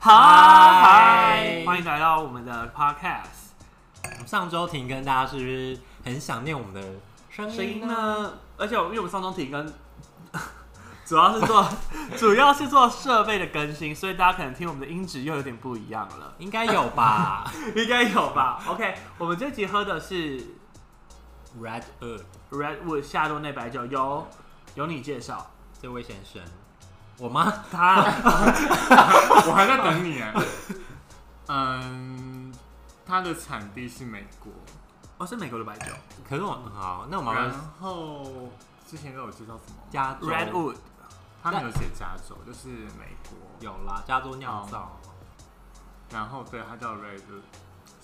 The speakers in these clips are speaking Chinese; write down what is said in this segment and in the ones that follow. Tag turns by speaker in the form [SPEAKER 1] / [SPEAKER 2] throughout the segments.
[SPEAKER 1] 嗨，
[SPEAKER 2] 嗨
[SPEAKER 1] 欢迎来到我们的 podcast。
[SPEAKER 2] 上周停跟大家是不是很想念我们的声
[SPEAKER 1] 声音
[SPEAKER 2] 音呢？
[SPEAKER 1] 呢？而且我因为我们上周停更， 主要是做 主要是做设备的更新，所以大家可能听我们的音质又有点不一样了，
[SPEAKER 2] 应该有 吧
[SPEAKER 1] 应该有吧？OK，我们这集喝的是
[SPEAKER 2] ？Red 二
[SPEAKER 1] Redwood 夏洛内白酒，由由你介绍
[SPEAKER 2] 这位先生，我吗？
[SPEAKER 1] 它
[SPEAKER 3] 我还在等你哎。 嗯，它的产地是美国，
[SPEAKER 1] 哦，是美国的白酒
[SPEAKER 2] 可是我好，啊那我妈
[SPEAKER 3] 然
[SPEAKER 2] 妈
[SPEAKER 3] 后之前都有介绍什么吗？
[SPEAKER 2] 加州
[SPEAKER 1] Redwood。
[SPEAKER 3] 他没有写加州，就是美国。
[SPEAKER 2] 有啦，加州酿造。
[SPEAKER 3] 然后对，它叫 Red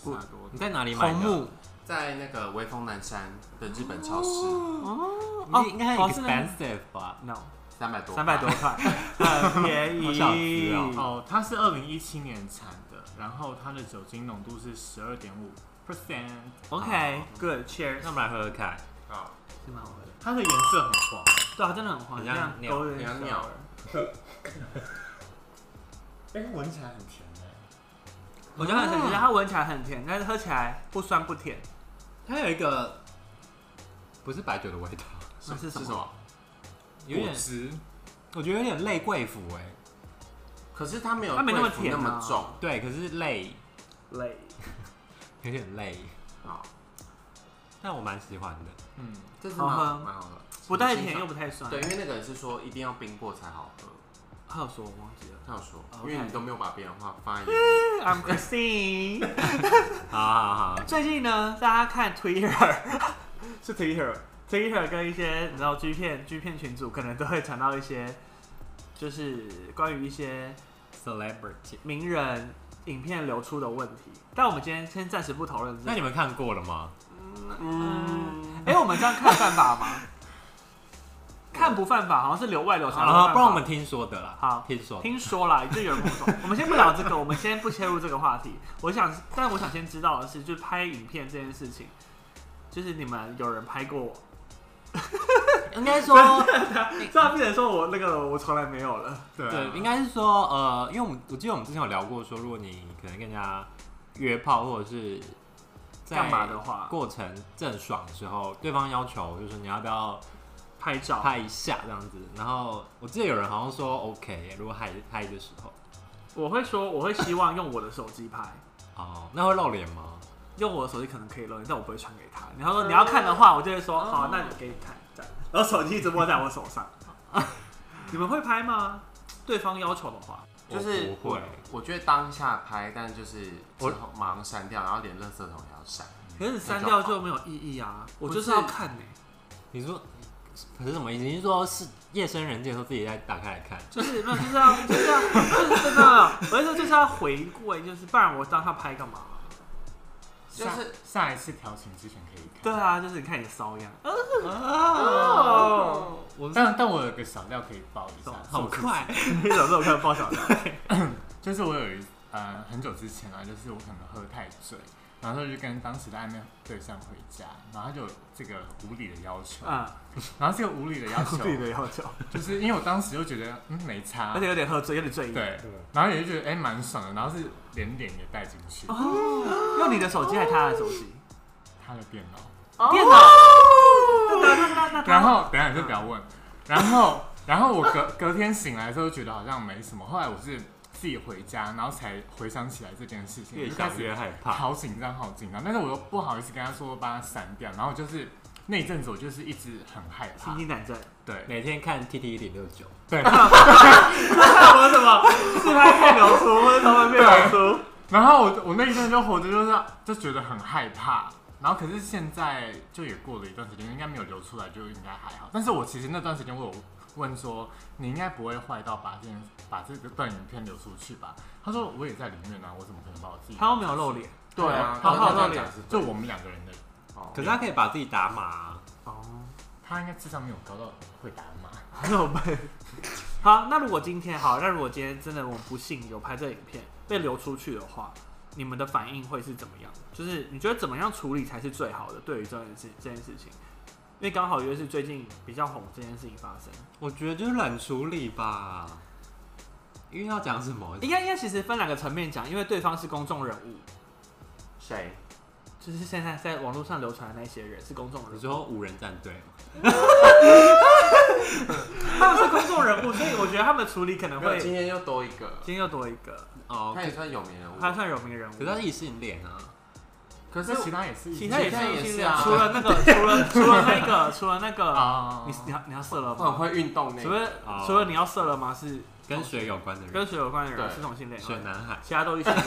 [SPEAKER 1] 不
[SPEAKER 3] 萨多
[SPEAKER 2] 你在哪里买
[SPEAKER 1] 红
[SPEAKER 2] 的？
[SPEAKER 1] 木
[SPEAKER 4] 在那个威风南山的日本超市，
[SPEAKER 1] 哦
[SPEAKER 2] 哦，应该很
[SPEAKER 1] 哦是那
[SPEAKER 2] expensive 吧？
[SPEAKER 1] ，no，
[SPEAKER 4] 三百多，
[SPEAKER 1] 三百多， 块，很便
[SPEAKER 2] 好想吃哦
[SPEAKER 1] 宜。
[SPEAKER 3] 哦，它是二零一七年产的，然后它的酒精浓度是十二点五 percent，
[SPEAKER 1] OK，Good，Cheers，
[SPEAKER 2] 那我们来喝喝看。
[SPEAKER 4] 好，
[SPEAKER 1] 是蛮好喝的。
[SPEAKER 3] 它的颜色很黄，
[SPEAKER 1] 对啊，真的很黄，
[SPEAKER 2] 很
[SPEAKER 1] 这样
[SPEAKER 2] 像
[SPEAKER 1] 勾人
[SPEAKER 4] 你
[SPEAKER 1] 家
[SPEAKER 4] 要鸟了，
[SPEAKER 3] 哎、闻起来很甜哎、
[SPEAKER 1] 我觉得很神奇，它闻起来很甜，但是喝起来不酸不甜，
[SPEAKER 2] 它有一个不是白酒的味道，
[SPEAKER 1] 那是什
[SPEAKER 4] 是
[SPEAKER 1] 么
[SPEAKER 4] 什么？
[SPEAKER 2] 有点
[SPEAKER 3] 果汁，
[SPEAKER 2] 我觉得有点类贵腐哎、
[SPEAKER 4] 可是它没有
[SPEAKER 1] 它没那么
[SPEAKER 4] 贵腐
[SPEAKER 1] 甜啊
[SPEAKER 4] 那么重，
[SPEAKER 2] 对，可是类
[SPEAKER 1] 累。
[SPEAKER 2] 有点累，哦
[SPEAKER 4] 好，
[SPEAKER 2] 但我蛮喜欢的。
[SPEAKER 3] 嗯，
[SPEAKER 4] 这是
[SPEAKER 1] 好
[SPEAKER 4] 蛮
[SPEAKER 1] 喝
[SPEAKER 4] 好蛮好喝，
[SPEAKER 1] 不太甜又不太酸。
[SPEAKER 4] 对，因为那个人是说一定要冰过才好喝，
[SPEAKER 1] 还有说我忘 记了。
[SPEAKER 4] 他有说
[SPEAKER 3] 哦
[SPEAKER 1] OK，
[SPEAKER 4] 因为你都没有把别人话发言，
[SPEAKER 1] I'm Christine。
[SPEAKER 2] 好好好，
[SPEAKER 1] 最近呢，大家看 Twitter 是 Twitter。Twitter 跟一些你知道 G 片 G 片群组可能都会传到一些，就是关于一些
[SPEAKER 2] celebrity。
[SPEAKER 1] 名人影片流出的问题。但我们今天先暂时不讨论这
[SPEAKER 2] 那
[SPEAKER 1] 个。
[SPEAKER 2] 你们看过了吗？
[SPEAKER 1] 嗯，哎、我们这样看犯法吗？ 看不犯法，好像是留外流才会犯
[SPEAKER 2] 啊，
[SPEAKER 1] 法
[SPEAKER 2] 不然我们听说的啦。
[SPEAKER 1] 好
[SPEAKER 2] 听说的。
[SPEAKER 1] 听说啦，就有人跟我 说，我们先不聊这个，我们先不切入这个话题。我想，但我想先知道的是，就是拍影片这件事情，就是你们有人拍过我，
[SPEAKER 2] 应该 说，
[SPEAKER 1] 这样变成说我那个我从来没有了。
[SPEAKER 3] 对啊、
[SPEAKER 2] 对，应该是说，呃，因为我们我记得我们之前有聊过说，如果你可能跟人家约炮或者是在
[SPEAKER 1] 干嘛的话
[SPEAKER 2] 过程正爽的时候，对方要求就是你要不要
[SPEAKER 1] 拍照，
[SPEAKER 2] 拍一下这样子，然后我记得有人好像说 OK，如果拍拍的时候，
[SPEAKER 1] 我会说，我会希望用我的手机拍，
[SPEAKER 2] 哦，那会露脸吗？
[SPEAKER 1] 用我的手机可能可以露，但我不会传给他。然后说你要看的话，我就会说好，那你给你看，这样。然后手机一直握在我手上。你们会拍吗？ 对方要求的话，
[SPEAKER 4] 就是
[SPEAKER 2] 我不会。
[SPEAKER 4] 我觉得当下拍，但就是
[SPEAKER 2] 我
[SPEAKER 4] 之后马上删掉，然后连垃圾桶也要删，
[SPEAKER 1] 可是你删掉就没有意义啊。我就是要看呢、
[SPEAKER 2] 你说可是什么意思？你是说是夜深人静的时候自己再打开来看？
[SPEAKER 1] 就是没有，就是要就是要就是真的，我是说就是要回归，就是不然我当他拍干嘛？
[SPEAKER 4] 就是
[SPEAKER 3] 下下一次调情之前可以看。
[SPEAKER 1] 对啊，就是你看你瘙痒，
[SPEAKER 2] 哦，我
[SPEAKER 3] 但但我有个小料可以爆一下，
[SPEAKER 2] 好快，
[SPEAKER 1] 你怎么这么快爆小的？
[SPEAKER 3] 就是我有一呃很久之前啊，就是我可能喝太醉，然后就跟当时的暧昧对象回家，然后他就有这个无理的要求，
[SPEAKER 1] 嗯，
[SPEAKER 3] 然后这个无理的 要求，
[SPEAKER 1] 自己的啊要求，
[SPEAKER 3] 就是因为我当时就觉得嗯没差
[SPEAKER 1] 而，且有点喝醉，有点醉意。
[SPEAKER 3] 对，然后也就觉得哎蛮、爽的，然后是连脸也带进去，
[SPEAKER 1] 哦，用你的手机还是他的手机？
[SPEAKER 3] 他的电脑，
[SPEAKER 1] 电脑。 那那那 那
[SPEAKER 3] 然后等一下你就不要问，然后然后我隔 隔天醒来的时候觉得好像没什么，后来我是自己回家，然后才回想起来这件事情，
[SPEAKER 2] 越
[SPEAKER 3] 就开
[SPEAKER 2] 想
[SPEAKER 3] 始
[SPEAKER 2] 越害怕。
[SPEAKER 3] 好紧张，好紧张，但是我又不好意思跟他说把它删掉，然后就是那一阵子我就是一直很害
[SPEAKER 1] 心
[SPEAKER 3] 怕，
[SPEAKER 1] 惊胆战。
[SPEAKER 3] 对
[SPEAKER 2] 每天看 T T 一点六九，
[SPEAKER 3] 对，
[SPEAKER 1] 看我什么？自拍片流出，或者他们片流出？
[SPEAKER 3] 然后我我那一阵子就活着就是就觉得很害怕，然后可是现在就也过了一段时间，应该没有流出来，就应该还好。但是我其实那段时间我有问说，你应该不会坏到把这件把这个段影片流出去吧？他说我也在里面啊，我怎么可能把我自己？
[SPEAKER 1] 他又没有露脸。
[SPEAKER 3] 对啊，
[SPEAKER 1] 好好
[SPEAKER 3] 他
[SPEAKER 1] 露脸
[SPEAKER 3] 就我们两个人的，
[SPEAKER 4] 哦
[SPEAKER 2] 可是他可以把自己打码啊。
[SPEAKER 1] 哦，
[SPEAKER 3] 他应该智商没有高到会打骂。
[SPEAKER 1] 很有笨。好，那如果今天好，那如果今天真的我们不幸有拍这影片被流出去的话，你们的反应会是怎么样？就是你觉得怎么样处理才是最好的？对于这件事这件事情，因为刚好又是嗯最近比较红这件事情发生，
[SPEAKER 2] 我觉得就是冷处理吧。因为要讲什么？
[SPEAKER 1] 应该应该其实分两个层面讲，因为对方是公众人物，
[SPEAKER 4] 谁？
[SPEAKER 1] 就是现在在网络上流传的那些人是公众人
[SPEAKER 2] 你
[SPEAKER 1] 物，
[SPEAKER 2] 说五人战队吗？
[SPEAKER 1] 他们是公众人物，所以我觉得他们的处理可能
[SPEAKER 4] 没有，
[SPEAKER 1] 会
[SPEAKER 4] 今天又多一个，
[SPEAKER 1] 今天又多一个，
[SPEAKER 2] 哦，
[SPEAKER 4] 他也算有名人物。
[SPEAKER 1] 他算有名人物。
[SPEAKER 2] 可是他是异性恋啊，
[SPEAKER 4] 可
[SPEAKER 3] 这其他也是，
[SPEAKER 1] 其他也
[SPEAKER 4] 其他
[SPEAKER 1] 是
[SPEAKER 4] 也
[SPEAKER 1] 异性
[SPEAKER 4] 是
[SPEAKER 1] 恋
[SPEAKER 4] 啊，
[SPEAKER 1] 除了那个，除了除了那个，除了那个，
[SPEAKER 3] 啊，
[SPEAKER 1] 你你要你要射了
[SPEAKER 4] 我很
[SPEAKER 1] 吗？
[SPEAKER 4] 会运动那
[SPEAKER 1] 除
[SPEAKER 4] 个，
[SPEAKER 1] 了
[SPEAKER 2] 哦
[SPEAKER 1] 除了你要射了吗？是
[SPEAKER 2] 跟水有关的人，
[SPEAKER 1] 跟水有关的人
[SPEAKER 4] 对
[SPEAKER 1] 是同性恋，
[SPEAKER 2] 水男孩。
[SPEAKER 1] 其他都异性恋。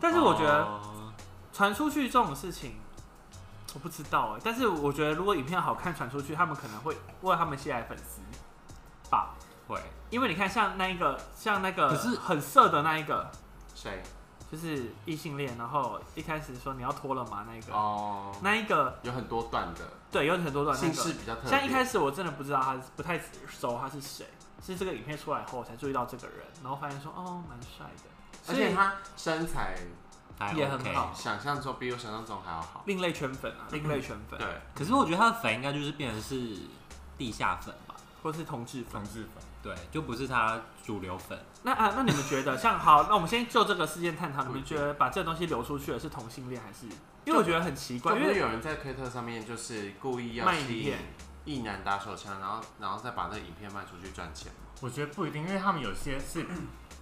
[SPEAKER 1] 但是我觉得
[SPEAKER 2] 哦
[SPEAKER 1] 传出去这种事情，我不知道哎。但是我觉得如果影片好看传出去，他们可能会为他们吸来粉丝吧。
[SPEAKER 2] 会，
[SPEAKER 1] 因为你看，像那一个，像那个，
[SPEAKER 2] 可是
[SPEAKER 1] 很色的那一个，
[SPEAKER 4] 谁？
[SPEAKER 1] 就是异性恋，然后一开始说你要脱了吗？那一个，
[SPEAKER 4] 哦，
[SPEAKER 1] 那一个，
[SPEAKER 4] 有很多段的，
[SPEAKER 1] 对，有很多段那
[SPEAKER 4] 姓氏
[SPEAKER 1] 个。
[SPEAKER 4] 比较特别。
[SPEAKER 1] 像一开始我真的不知道他，不太熟他是谁，是这个影片出来后我才注意到这个人，然后发现说哦，蛮帅的，所
[SPEAKER 4] 而且
[SPEAKER 1] 以
[SPEAKER 4] 他身材
[SPEAKER 2] 还
[SPEAKER 1] 也
[SPEAKER 2] OK
[SPEAKER 1] 很好
[SPEAKER 4] 想象中比我想象中还要好。
[SPEAKER 1] 另类圈粉啊，另类圈粉，
[SPEAKER 4] 对，
[SPEAKER 2] 可是我觉得他的粉应该就是变成是地下粉吧，
[SPEAKER 1] 或是同志粉
[SPEAKER 3] 同。志粉，
[SPEAKER 2] 对，就不是他主流 粉。
[SPEAKER 1] 那啊，那你们觉得像好，那我们先就这个事件探讨，你
[SPEAKER 4] 不
[SPEAKER 1] 们
[SPEAKER 4] 一
[SPEAKER 1] 觉
[SPEAKER 4] 定
[SPEAKER 1] 得把这个东西流出去的是同性恋还是？因为我觉得很奇怪，
[SPEAKER 4] 会
[SPEAKER 1] 因
[SPEAKER 4] 不会
[SPEAKER 1] 为
[SPEAKER 4] 有人在推特上面就是故意要
[SPEAKER 1] 卖
[SPEAKER 4] 吸
[SPEAKER 1] 影
[SPEAKER 4] 引
[SPEAKER 1] 片
[SPEAKER 4] 一男打手枪，然后然后再把那个影片卖出去赚钱？
[SPEAKER 1] 哦
[SPEAKER 3] 我觉得不一定，因为他们有些是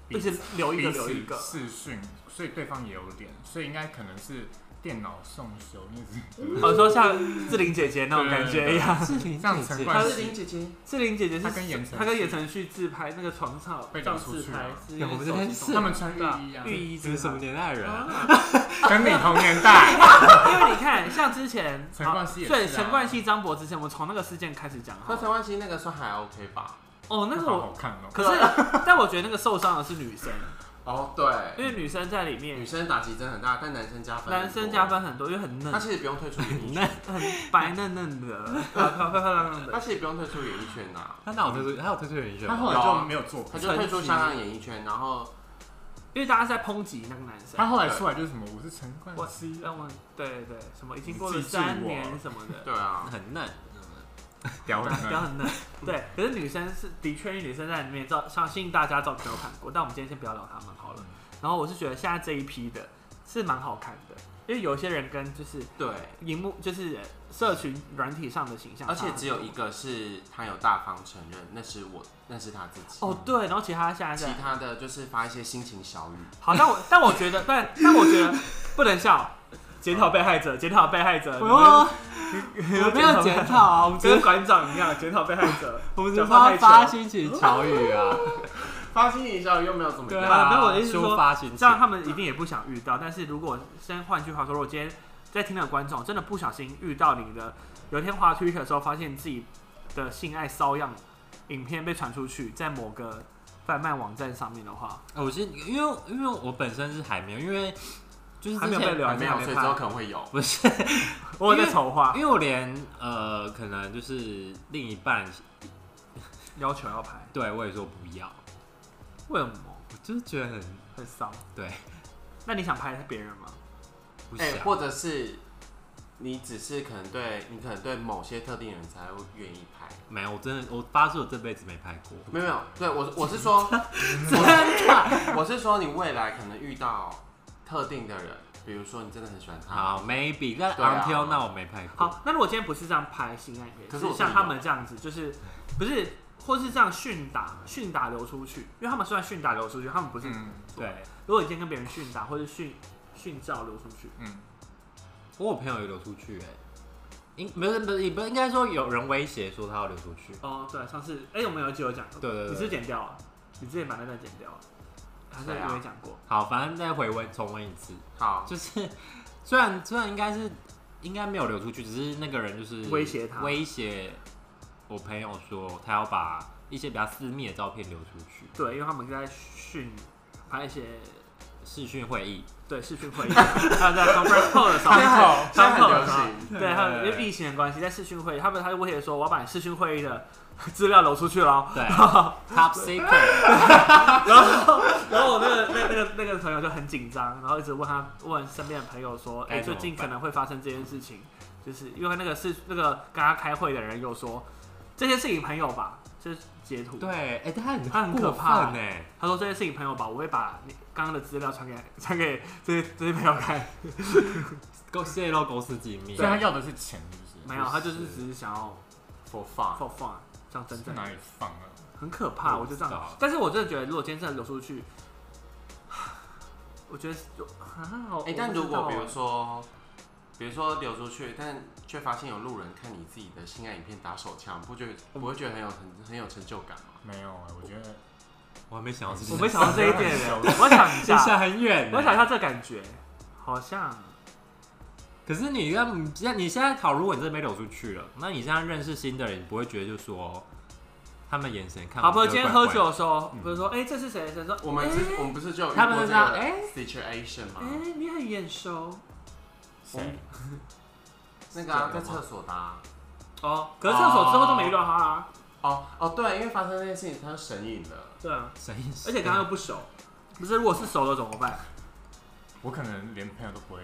[SPEAKER 1] 一直留一
[SPEAKER 3] 彼
[SPEAKER 1] 个
[SPEAKER 3] 此
[SPEAKER 1] 留一个，啊
[SPEAKER 3] 视讯，所以对方也有脸，所以应该可能是电脑送修，那是
[SPEAKER 1] 我哦说像志玲姐姐那种感觉一样，
[SPEAKER 2] 志玲
[SPEAKER 3] 像陈冠
[SPEAKER 1] 她
[SPEAKER 3] 希
[SPEAKER 1] 是
[SPEAKER 4] 玲姐姐，
[SPEAKER 1] 志玲姐姐是
[SPEAKER 3] 她跟言承旭
[SPEAKER 1] 她跟言承旭自拍那个床上
[SPEAKER 3] 被
[SPEAKER 1] 照
[SPEAKER 3] 流出
[SPEAKER 1] 自
[SPEAKER 3] 去
[SPEAKER 1] 拍
[SPEAKER 3] 了，
[SPEAKER 1] 是
[SPEAKER 2] 我们这边是
[SPEAKER 3] 他们穿
[SPEAKER 1] 对啊
[SPEAKER 3] 浴衣啊，
[SPEAKER 1] 浴衣
[SPEAKER 2] 这是什么年代的人啊？
[SPEAKER 3] 跟你同 年代，
[SPEAKER 1] 因为你看，像之前
[SPEAKER 3] 陈冠希也是啊
[SPEAKER 1] 对陈冠希、张柏之前，我们从那个事件开始讲好
[SPEAKER 4] 那陈冠希那个算还 OK 吧？
[SPEAKER 1] 哦，那
[SPEAKER 3] 那
[SPEAKER 1] 个
[SPEAKER 3] 好
[SPEAKER 1] 我
[SPEAKER 3] 好看 哦。
[SPEAKER 1] 可是， 但我觉得那个受伤的是女生，
[SPEAKER 4] 哦，
[SPEAKER 1] 因
[SPEAKER 4] 对，
[SPEAKER 1] 为女生在里面
[SPEAKER 4] 女，生打击真的很大，但男生加分，
[SPEAKER 1] 男生加，分很多，因为很嫩
[SPEAKER 4] 他，其实不用退出演艺 圈，
[SPEAKER 1] 很白嫩嫩的， 啊漂漂亮亮
[SPEAKER 4] 他
[SPEAKER 1] 的。
[SPEAKER 4] 其实不用退出演艺圈呐、
[SPEAKER 2] 他哪有推出？他有推出演艺圈
[SPEAKER 3] 他
[SPEAKER 2] 吗？
[SPEAKER 3] 后来就没有做，
[SPEAKER 1] 啊
[SPEAKER 4] 他就退出香港演艺圈，然后
[SPEAKER 1] 因为大家在抨击那个男
[SPEAKER 3] 他
[SPEAKER 1] 生，
[SPEAKER 3] 后来出来就是什么，我是陈冠希，
[SPEAKER 1] 让我对对什么已经过
[SPEAKER 3] 你
[SPEAKER 1] 了
[SPEAKER 3] 记住我
[SPEAKER 1] 三年什么的，
[SPEAKER 4] 对 啊，
[SPEAKER 2] 很嫩，
[SPEAKER 3] 屌
[SPEAKER 2] 嗯
[SPEAKER 3] 人
[SPEAKER 1] 比较很 嫩。对，可是女生是的确，因为女生在里面照，相信大家照片有看过，但我们今天先不要聊她们好了。
[SPEAKER 2] 嗯
[SPEAKER 1] 然后我是觉得现在这一批的是蛮好看的，因为有些人跟就是
[SPEAKER 4] 对，
[SPEAKER 1] 荧幕就是呃社群软体上的形象差
[SPEAKER 4] 而
[SPEAKER 1] 很多，
[SPEAKER 4] 且只有一个是他有大方承认，那是我，那是他自己。
[SPEAKER 1] 哦对，然后其他现在
[SPEAKER 4] 其
[SPEAKER 1] 在
[SPEAKER 4] 他的就是发一些心情小语，
[SPEAKER 1] 好，但我但我觉得，但但我觉得不能笑，检讨被害者，检讨被害者，
[SPEAKER 2] 我
[SPEAKER 1] 我
[SPEAKER 2] 哦我没 有检讨啊，我们只
[SPEAKER 1] 跟
[SPEAKER 2] 是
[SPEAKER 1] 馆长一样检讨被害者，
[SPEAKER 2] 我们只是
[SPEAKER 1] 讲话
[SPEAKER 2] 发
[SPEAKER 1] 太
[SPEAKER 2] 发
[SPEAKER 1] 久
[SPEAKER 2] 心情巧语啊，
[SPEAKER 4] 发心情小语又没有怎么
[SPEAKER 1] 对
[SPEAKER 4] 样，
[SPEAKER 1] 啊没有我的意思是说
[SPEAKER 2] 抒发心
[SPEAKER 1] 这
[SPEAKER 2] 情
[SPEAKER 1] 样。他们一定也不想遇到。但是如果先换句话说，如果今天在听的观众真的不小心遇到你的，有一天滑 Twitter 的时候发现自己的性爱瘙痒影片被传出去，在某个贩卖网站上面的话，
[SPEAKER 2] 呃我是因为因为我本身是还没有，因为就是之前
[SPEAKER 1] 还没有被聊
[SPEAKER 4] 还没有，
[SPEAKER 1] 还没
[SPEAKER 4] 所以之后
[SPEAKER 1] 拍
[SPEAKER 4] 可能会有。
[SPEAKER 2] 不是，
[SPEAKER 1] 我有在筹划
[SPEAKER 2] 因为我连呃可能就是另一半
[SPEAKER 1] 要求要拍，
[SPEAKER 2] 对我也说不要，
[SPEAKER 1] 为什么
[SPEAKER 2] 我就是觉得很
[SPEAKER 1] 会骚？
[SPEAKER 2] 对，
[SPEAKER 1] 那你想拍别人吗？
[SPEAKER 2] 不
[SPEAKER 4] 哎、
[SPEAKER 2] 想。
[SPEAKER 4] 或者是你只是可能对你可能对某些特定人才会愿意拍，
[SPEAKER 2] 没有，我真的，我发誓我这辈子没拍过。
[SPEAKER 4] 没有没有，对我我 是说，我是说你未来可能遇到特定的人，比如说你真的很喜欢他，
[SPEAKER 2] 好，maybe，但
[SPEAKER 4] 对啊
[SPEAKER 2] until now 我没拍过。
[SPEAKER 1] 好，那如果今天不是这样拍性爱片，
[SPEAKER 4] 可是
[SPEAKER 1] 是
[SPEAKER 4] 我
[SPEAKER 1] 像
[SPEAKER 4] 自己
[SPEAKER 1] 他
[SPEAKER 4] 有
[SPEAKER 1] 们这样子，就是不是，或是这样训打训打流出去，因为他们虽然训打流出去，他们不是、
[SPEAKER 3] 嗯
[SPEAKER 2] 对，
[SPEAKER 1] 如果你今天跟别人训打或者训训照流出去，
[SPEAKER 3] 嗯，
[SPEAKER 2] 我有朋友有流出去、哎，应不是不是，也不应该说有人威胁说他要流出去。
[SPEAKER 1] 哦，对，上次哎、我们有一集有讲过，
[SPEAKER 2] 对对对
[SPEAKER 1] 你是不是剪掉了，你之前把那段剪掉了，还是
[SPEAKER 4] 谁啊
[SPEAKER 1] 有没讲过？
[SPEAKER 2] 好，反正再回温重温一次，
[SPEAKER 4] 好，
[SPEAKER 2] 就是虽然虽然应该是应该没有流出去，只是那个人就是
[SPEAKER 1] 威胁他
[SPEAKER 2] 威胁我朋友说他要把一些比较私密的照片流出去，
[SPEAKER 1] 对，因为他们在训拍一些
[SPEAKER 2] 视讯会议。
[SPEAKER 1] 对视讯会议， 还有在 conference call 的时候
[SPEAKER 4] 现。在很现在
[SPEAKER 1] 当
[SPEAKER 4] 很
[SPEAKER 1] 口
[SPEAKER 4] 流
[SPEAKER 1] 的时候
[SPEAKER 4] 行，
[SPEAKER 1] 对，还有因为疫情的关系，在视讯会议，他们他就威胁说，我要把你视讯会议的资料流出去了。
[SPEAKER 2] 对，Top Secret，
[SPEAKER 1] 然后， 然后我那个那那个那个朋友就很紧张，然后一直问他问身边的朋友说，哎、
[SPEAKER 2] 该怎
[SPEAKER 1] 最
[SPEAKER 2] 么
[SPEAKER 1] 近可
[SPEAKER 2] 办
[SPEAKER 1] 能会发生这件事情，就是因为那个是那个跟他开会的人有说，这些是你朋友吧，就是截图。
[SPEAKER 2] 对，哎、但他很
[SPEAKER 1] 他很可
[SPEAKER 2] 过
[SPEAKER 1] 怕
[SPEAKER 2] 分哎，
[SPEAKER 1] 他说这件事情朋友吧，我会把你刚刚的资料传给 传给这些这些朋友看。
[SPEAKER 2] 公泄露公司机密
[SPEAKER 3] 所以。他要的是钱，是不
[SPEAKER 1] 没
[SPEAKER 3] 是？
[SPEAKER 1] 有，他就是只是想要
[SPEAKER 4] 佛放，
[SPEAKER 1] 放放这样真
[SPEAKER 3] 在
[SPEAKER 1] 正
[SPEAKER 3] 哪里放啊？
[SPEAKER 1] 很可怕，
[SPEAKER 2] 我
[SPEAKER 1] 我
[SPEAKER 2] 不
[SPEAKER 1] 就
[SPEAKER 2] 知
[SPEAKER 1] 这
[SPEAKER 2] 道
[SPEAKER 1] 样。但是我真的觉得，如果今天真的流出去， 我觉得 就啊，我
[SPEAKER 4] 哎、但
[SPEAKER 1] 我不
[SPEAKER 4] 如
[SPEAKER 1] 知道
[SPEAKER 4] 果比
[SPEAKER 1] 哎
[SPEAKER 4] 如说，比如说流出去，但却发现有路人看你自己的性爱影片打手枪，不觉得不会觉得很有很很有成就感吗？
[SPEAKER 3] 没有哎，我觉得
[SPEAKER 2] 我还没想到这件事，
[SPEAKER 1] 我没想到这一 点耶，我想一
[SPEAKER 2] 这
[SPEAKER 1] 下，
[SPEAKER 2] 下很远欸呢。
[SPEAKER 1] 我想一下这感觉，好像
[SPEAKER 2] 可是你要你现在你现在考，如果你真的被流出去了，那你现在认识新的人，你不会觉得就说他们眼神看
[SPEAKER 1] 好，
[SPEAKER 2] 我
[SPEAKER 1] 不
[SPEAKER 2] 们
[SPEAKER 1] 是
[SPEAKER 2] 就
[SPEAKER 1] 今天
[SPEAKER 2] 怪
[SPEAKER 1] 喝
[SPEAKER 2] 怪
[SPEAKER 1] 酒的时候，
[SPEAKER 2] 嗯
[SPEAKER 1] 不是说哎这是谁？谁说
[SPEAKER 4] 我们之、我们不是就有遇
[SPEAKER 2] 他们
[SPEAKER 4] 过
[SPEAKER 2] 就
[SPEAKER 4] 这
[SPEAKER 2] 这样
[SPEAKER 4] 个
[SPEAKER 2] 哎
[SPEAKER 4] situation 吗？
[SPEAKER 1] 哎你很眼熟
[SPEAKER 3] 谁
[SPEAKER 4] 那个、啊、
[SPEAKER 2] 这个
[SPEAKER 4] 在
[SPEAKER 2] 吗
[SPEAKER 4] 厕所的、啊。
[SPEAKER 1] 哦，可是厕所之后都没遇到他啊啦，
[SPEAKER 4] 哦哦，对，因为发生那件事情，他就神隐了。
[SPEAKER 1] 对啊，
[SPEAKER 2] 谁？
[SPEAKER 1] 而且刚刚又不熟，不是如果是熟了怎么办？
[SPEAKER 3] 我可能连朋友都不会，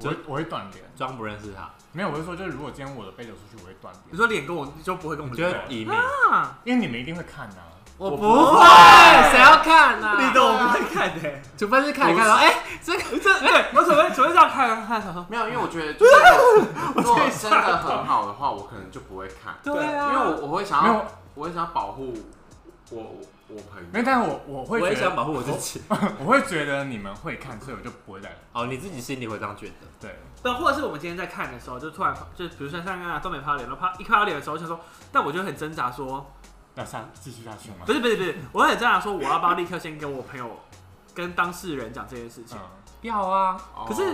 [SPEAKER 2] 就
[SPEAKER 3] 我会我会断联。
[SPEAKER 2] 装不认识他，
[SPEAKER 3] 没有，我是说，就是如果今天我的被流出去，我会断
[SPEAKER 1] 你
[SPEAKER 3] 联，
[SPEAKER 1] 说脸跟我就不会跟我
[SPEAKER 2] 你
[SPEAKER 1] 们
[SPEAKER 2] 就会移民。
[SPEAKER 1] 啊，
[SPEAKER 3] 因为你们一定会看呐、
[SPEAKER 1] 我
[SPEAKER 4] 不
[SPEAKER 1] 不
[SPEAKER 4] 会
[SPEAKER 1] 会，谁要看啊呢？
[SPEAKER 2] 你
[SPEAKER 1] 你
[SPEAKER 2] 懂
[SPEAKER 1] 懂
[SPEAKER 2] 我
[SPEAKER 1] 我
[SPEAKER 2] 不
[SPEAKER 1] 不会看的，
[SPEAKER 2] 除非是看一看，然后哎，这个
[SPEAKER 1] 这对我准备准备这样看看， 想说
[SPEAKER 4] 没有，因为我觉得就是如果如果真的很好的话，我可能就不会看，
[SPEAKER 1] 对啊
[SPEAKER 4] 因为我我会想
[SPEAKER 3] 没
[SPEAKER 4] 要
[SPEAKER 3] 有，
[SPEAKER 4] 我会想要保护我我我朋
[SPEAKER 3] 没
[SPEAKER 4] 友。
[SPEAKER 3] 有，但是我我会
[SPEAKER 2] 我也
[SPEAKER 3] 觉
[SPEAKER 2] 想
[SPEAKER 3] 得
[SPEAKER 2] 保护我自己。
[SPEAKER 3] 我会觉得你们会看，所以我就不会再
[SPEAKER 2] 哦，你自己心里会这样觉得，
[SPEAKER 3] 对。
[SPEAKER 1] 对，或者是我们今天在看的时候，就突然就比如说像啊刚刚都没拍到脸，然后啪一拍到脸的时候，就想说，但我就很挣扎说，
[SPEAKER 3] 要下继续下去吗
[SPEAKER 1] 不？是不是不是，我很挣扎说，我要不要立刻先跟我朋友、跟当事人讲这件事情？
[SPEAKER 3] 嗯，
[SPEAKER 2] 要啊。
[SPEAKER 4] 哦
[SPEAKER 1] 可是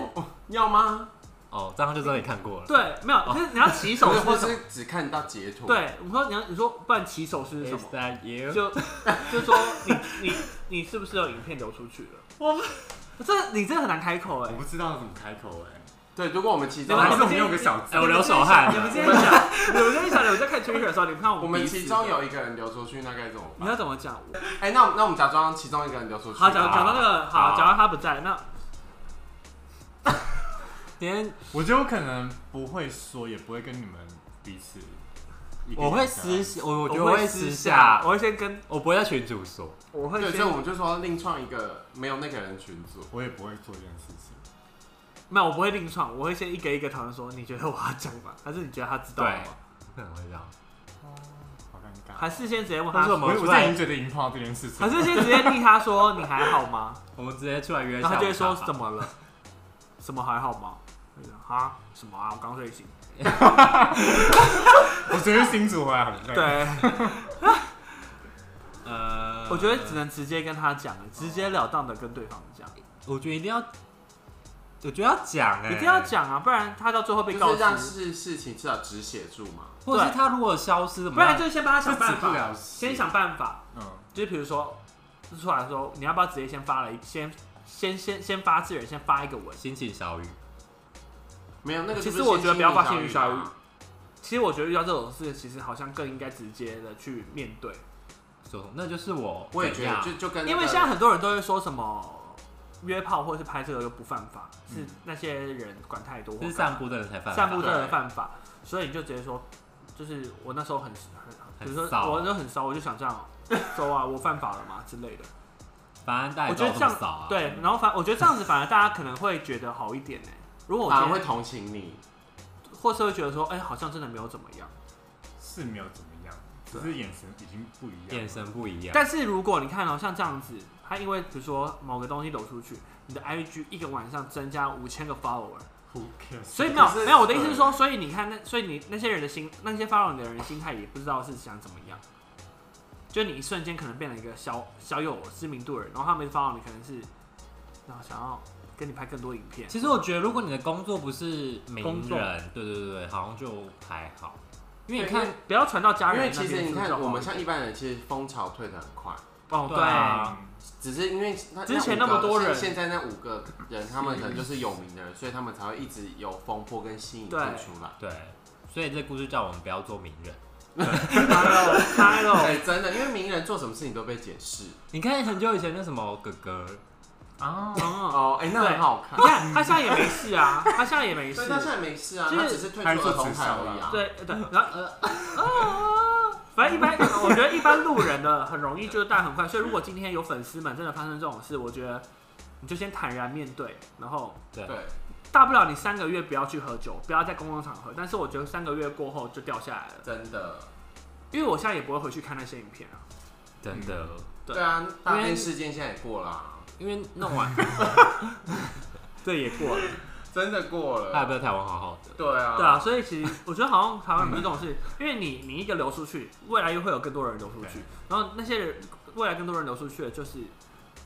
[SPEAKER 4] 要吗？
[SPEAKER 2] 哦，这样就知道你看过了。
[SPEAKER 1] 对，没有，可是你要起手
[SPEAKER 4] 不是或
[SPEAKER 1] 是 什么？
[SPEAKER 4] 是只看到截图？，
[SPEAKER 1] 对，我说你要你说，不然起手是什
[SPEAKER 2] Is
[SPEAKER 1] 么？
[SPEAKER 2] that you？
[SPEAKER 1] 就就说你你你是不是有影片流出去了？
[SPEAKER 2] 我
[SPEAKER 1] 这你真的很难开口哎、
[SPEAKER 3] 我不知道怎么开口哎、
[SPEAKER 4] 对，如果哎我们其中
[SPEAKER 1] 没有
[SPEAKER 3] 还
[SPEAKER 1] 我
[SPEAKER 3] 是
[SPEAKER 1] 们
[SPEAKER 3] 我们用个小字
[SPEAKER 2] 哎，我流手汗
[SPEAKER 1] 你们
[SPEAKER 2] 了。
[SPEAKER 1] 今天想，你们今天想，你们在看 Twitter 的时候，你们看我
[SPEAKER 4] 我们
[SPEAKER 1] 彼此
[SPEAKER 4] 其中有一个人流出去，那该怎么
[SPEAKER 1] 你
[SPEAKER 4] 办？
[SPEAKER 1] 要怎么讲？
[SPEAKER 4] 哎、那我们那我们假装其中一个人流出去。
[SPEAKER 1] 好，讲讲到那个好，
[SPEAKER 4] 好
[SPEAKER 1] 讲到他不在，那
[SPEAKER 2] 今天
[SPEAKER 3] 我觉得我可能不会说，也不会跟你们彼此一个
[SPEAKER 2] 我会
[SPEAKER 3] 眼神
[SPEAKER 2] 私，
[SPEAKER 3] 啊
[SPEAKER 2] 下，我我觉得
[SPEAKER 1] 我
[SPEAKER 2] 会
[SPEAKER 1] 私
[SPEAKER 2] 私下，
[SPEAKER 1] 我会先跟
[SPEAKER 2] 我不会在群主说。
[SPEAKER 1] 我会
[SPEAKER 4] 对，所以
[SPEAKER 1] 先
[SPEAKER 4] 我们就说另创一个没有那个人群组。
[SPEAKER 3] 我也不会做这件事情。
[SPEAKER 1] 没有，我不会另创，我会先一个一个讨论说，你觉得我要讲吗？还是你觉得他知道了吗？
[SPEAKER 2] 可能会这样。
[SPEAKER 3] 好尴尬。
[SPEAKER 1] 还是先直接问
[SPEAKER 2] 但
[SPEAKER 1] 他
[SPEAKER 2] 是我
[SPEAKER 1] 说，
[SPEAKER 2] 们
[SPEAKER 3] 我我
[SPEAKER 2] 出
[SPEAKER 3] 现在已
[SPEAKER 2] 来
[SPEAKER 3] 经，觉得已经碰到这件事情
[SPEAKER 1] 还
[SPEAKER 3] 了，
[SPEAKER 1] 是先直接逼他说你还好吗？
[SPEAKER 2] 我们直接出来约一
[SPEAKER 1] 然
[SPEAKER 2] 下。
[SPEAKER 1] 后他就会说怎
[SPEAKER 2] 么？
[SPEAKER 1] 么了？什么还好吗？啊什么啊？我刚睡醒。
[SPEAKER 3] 我觉得新主回来很累。，
[SPEAKER 1] 对，
[SPEAKER 2] 呃，
[SPEAKER 1] 我觉得只能直接跟他讲了，直截了当的跟对方讲，
[SPEAKER 2] 我觉得一定要，我觉得要讲哎、
[SPEAKER 1] 一定要，讲啊，不然他到最后被
[SPEAKER 4] 就
[SPEAKER 1] 告
[SPEAKER 4] 是让
[SPEAKER 1] 知，
[SPEAKER 4] 事事情至少只写住嘛。
[SPEAKER 2] 或者是他如果消失怎
[SPEAKER 1] 不
[SPEAKER 2] 么
[SPEAKER 1] 然
[SPEAKER 2] 办？
[SPEAKER 1] 就先帮他想
[SPEAKER 3] 这止
[SPEAKER 1] 办
[SPEAKER 3] 不
[SPEAKER 1] 法，
[SPEAKER 3] 了事
[SPEAKER 1] 啊先想办法。
[SPEAKER 3] 嗯，
[SPEAKER 1] 就是比如说，就出来说，你要不要直接先发了一先先先先发制人，先发一个文。
[SPEAKER 2] 心情小雨，
[SPEAKER 4] 没有那个就
[SPEAKER 1] 其
[SPEAKER 4] 是
[SPEAKER 1] 实我觉得不要发
[SPEAKER 4] 现
[SPEAKER 1] 现于小
[SPEAKER 4] 啊
[SPEAKER 1] 雨其实我觉得遇到这种事，其实好像更应该直接的去面对，
[SPEAKER 2] 说那就是我，
[SPEAKER 4] 我也觉得
[SPEAKER 2] 怎
[SPEAKER 4] 就
[SPEAKER 2] 样
[SPEAKER 4] 就跟那个
[SPEAKER 1] 因为现在很多人都会说什么约炮或是拍这个又不犯法，是那些人管太多，
[SPEAKER 2] 这是散步的人才犯法，
[SPEAKER 1] 散步
[SPEAKER 4] 对
[SPEAKER 1] 真的犯法，所以你就直接说，就是我那时候很很，比
[SPEAKER 2] 很
[SPEAKER 1] 如说
[SPEAKER 2] 骚
[SPEAKER 1] 我那时候很骚，我就想这样。说啊，我犯法了嘛之类的，
[SPEAKER 2] 反正大家
[SPEAKER 1] 我
[SPEAKER 2] 也
[SPEAKER 1] 觉得
[SPEAKER 2] 知
[SPEAKER 1] 这
[SPEAKER 2] 道
[SPEAKER 1] 样
[SPEAKER 2] 么少啊。，
[SPEAKER 1] 对，然后反我觉得这样子反而大家可能会觉得好一点呢、如果我
[SPEAKER 4] 反而
[SPEAKER 1] 今天
[SPEAKER 4] 会同情你，
[SPEAKER 1] 或是会觉得说，哎、好像真的没有怎么样。
[SPEAKER 3] 是没有怎么样，只是眼神已经不一样。
[SPEAKER 2] 眼，神不一样。
[SPEAKER 1] 但是如果你看哦、像这样子，他因为比如说某个东西流出去，你的 IG 一个晚上增加五千个 follower，
[SPEAKER 3] Who cares？
[SPEAKER 1] 所以没有
[SPEAKER 4] 可是
[SPEAKER 1] 没有我的意思是说，所以你看那所以你那些人的心，那些 follow 你的人的心态也不知道是想怎么样，就你一瞬间可能变成一个小小有知名度的人，然后他们 follow 你可能是，然后想要跟你拍更多影片，
[SPEAKER 2] 其实我觉得，如果你的工作不是
[SPEAKER 1] 工
[SPEAKER 2] 名
[SPEAKER 1] 作
[SPEAKER 2] 人，对对对对，好像就还好。因
[SPEAKER 1] 因为你
[SPEAKER 2] 为你看
[SPEAKER 1] 看，不要传到家
[SPEAKER 4] 因
[SPEAKER 1] 人
[SPEAKER 4] 为
[SPEAKER 1] 那
[SPEAKER 4] 其
[SPEAKER 1] 边
[SPEAKER 4] 实
[SPEAKER 1] 是
[SPEAKER 4] 你
[SPEAKER 1] 不
[SPEAKER 4] 看
[SPEAKER 1] 是
[SPEAKER 4] 我们像一般人，其实风潮退得很快，
[SPEAKER 1] 哦
[SPEAKER 2] 对 啊
[SPEAKER 4] 只是因为那
[SPEAKER 1] 之前
[SPEAKER 4] 那
[SPEAKER 1] 那
[SPEAKER 4] 五个
[SPEAKER 1] 么多人
[SPEAKER 4] 现现在那五个人，他们可能就是有名的人，所以他们才会一直有风波跟吸引力
[SPEAKER 1] 对
[SPEAKER 4] 出来。
[SPEAKER 2] 对，所以这故事叫我们不要做名人。
[SPEAKER 4] 啊
[SPEAKER 1] 对，hello hello，
[SPEAKER 4] 哎，真的，因为名人做什么事情都被解释
[SPEAKER 2] 你看很久以前那什么哥哥，
[SPEAKER 3] 啊，
[SPEAKER 1] 哦
[SPEAKER 4] 哦，哎，那
[SPEAKER 1] 对
[SPEAKER 4] 很好看
[SPEAKER 1] 你。看他现在也没事啊，他现在也没
[SPEAKER 4] 所
[SPEAKER 1] 事
[SPEAKER 4] 以，他现在没事啊，
[SPEAKER 1] 就是
[SPEAKER 4] 他只是退出儿童台而已啊。
[SPEAKER 1] 对对，然后呃，啊反正一般， 我觉得一般路人的很容易就是淡很快，所以如果今天有粉丝们真的发生这种事，我觉得你就先坦然面对，然后
[SPEAKER 2] 对
[SPEAKER 4] 对，
[SPEAKER 1] 大不了你三个月不要去喝酒，不要在公共场合。但是我觉得三个月过后就掉下来了，
[SPEAKER 4] 真的，
[SPEAKER 1] 因为我现在也不会回去看那些影片啊。
[SPEAKER 2] 真的，
[SPEAKER 1] 对
[SPEAKER 4] 对啊，大
[SPEAKER 1] 因为
[SPEAKER 4] 便事件现在也过了啊，
[SPEAKER 2] 因为弄完
[SPEAKER 1] 这也过了，
[SPEAKER 4] 真的过
[SPEAKER 2] 他还
[SPEAKER 4] 了，
[SPEAKER 2] 不在台湾好好的，
[SPEAKER 4] 对 啊，
[SPEAKER 1] 对啊，，所以其实我觉得好像台湾有这种事，因为你你一个流出去，未来又会有更多人流出去，然后那些人未来更多人流出去的就是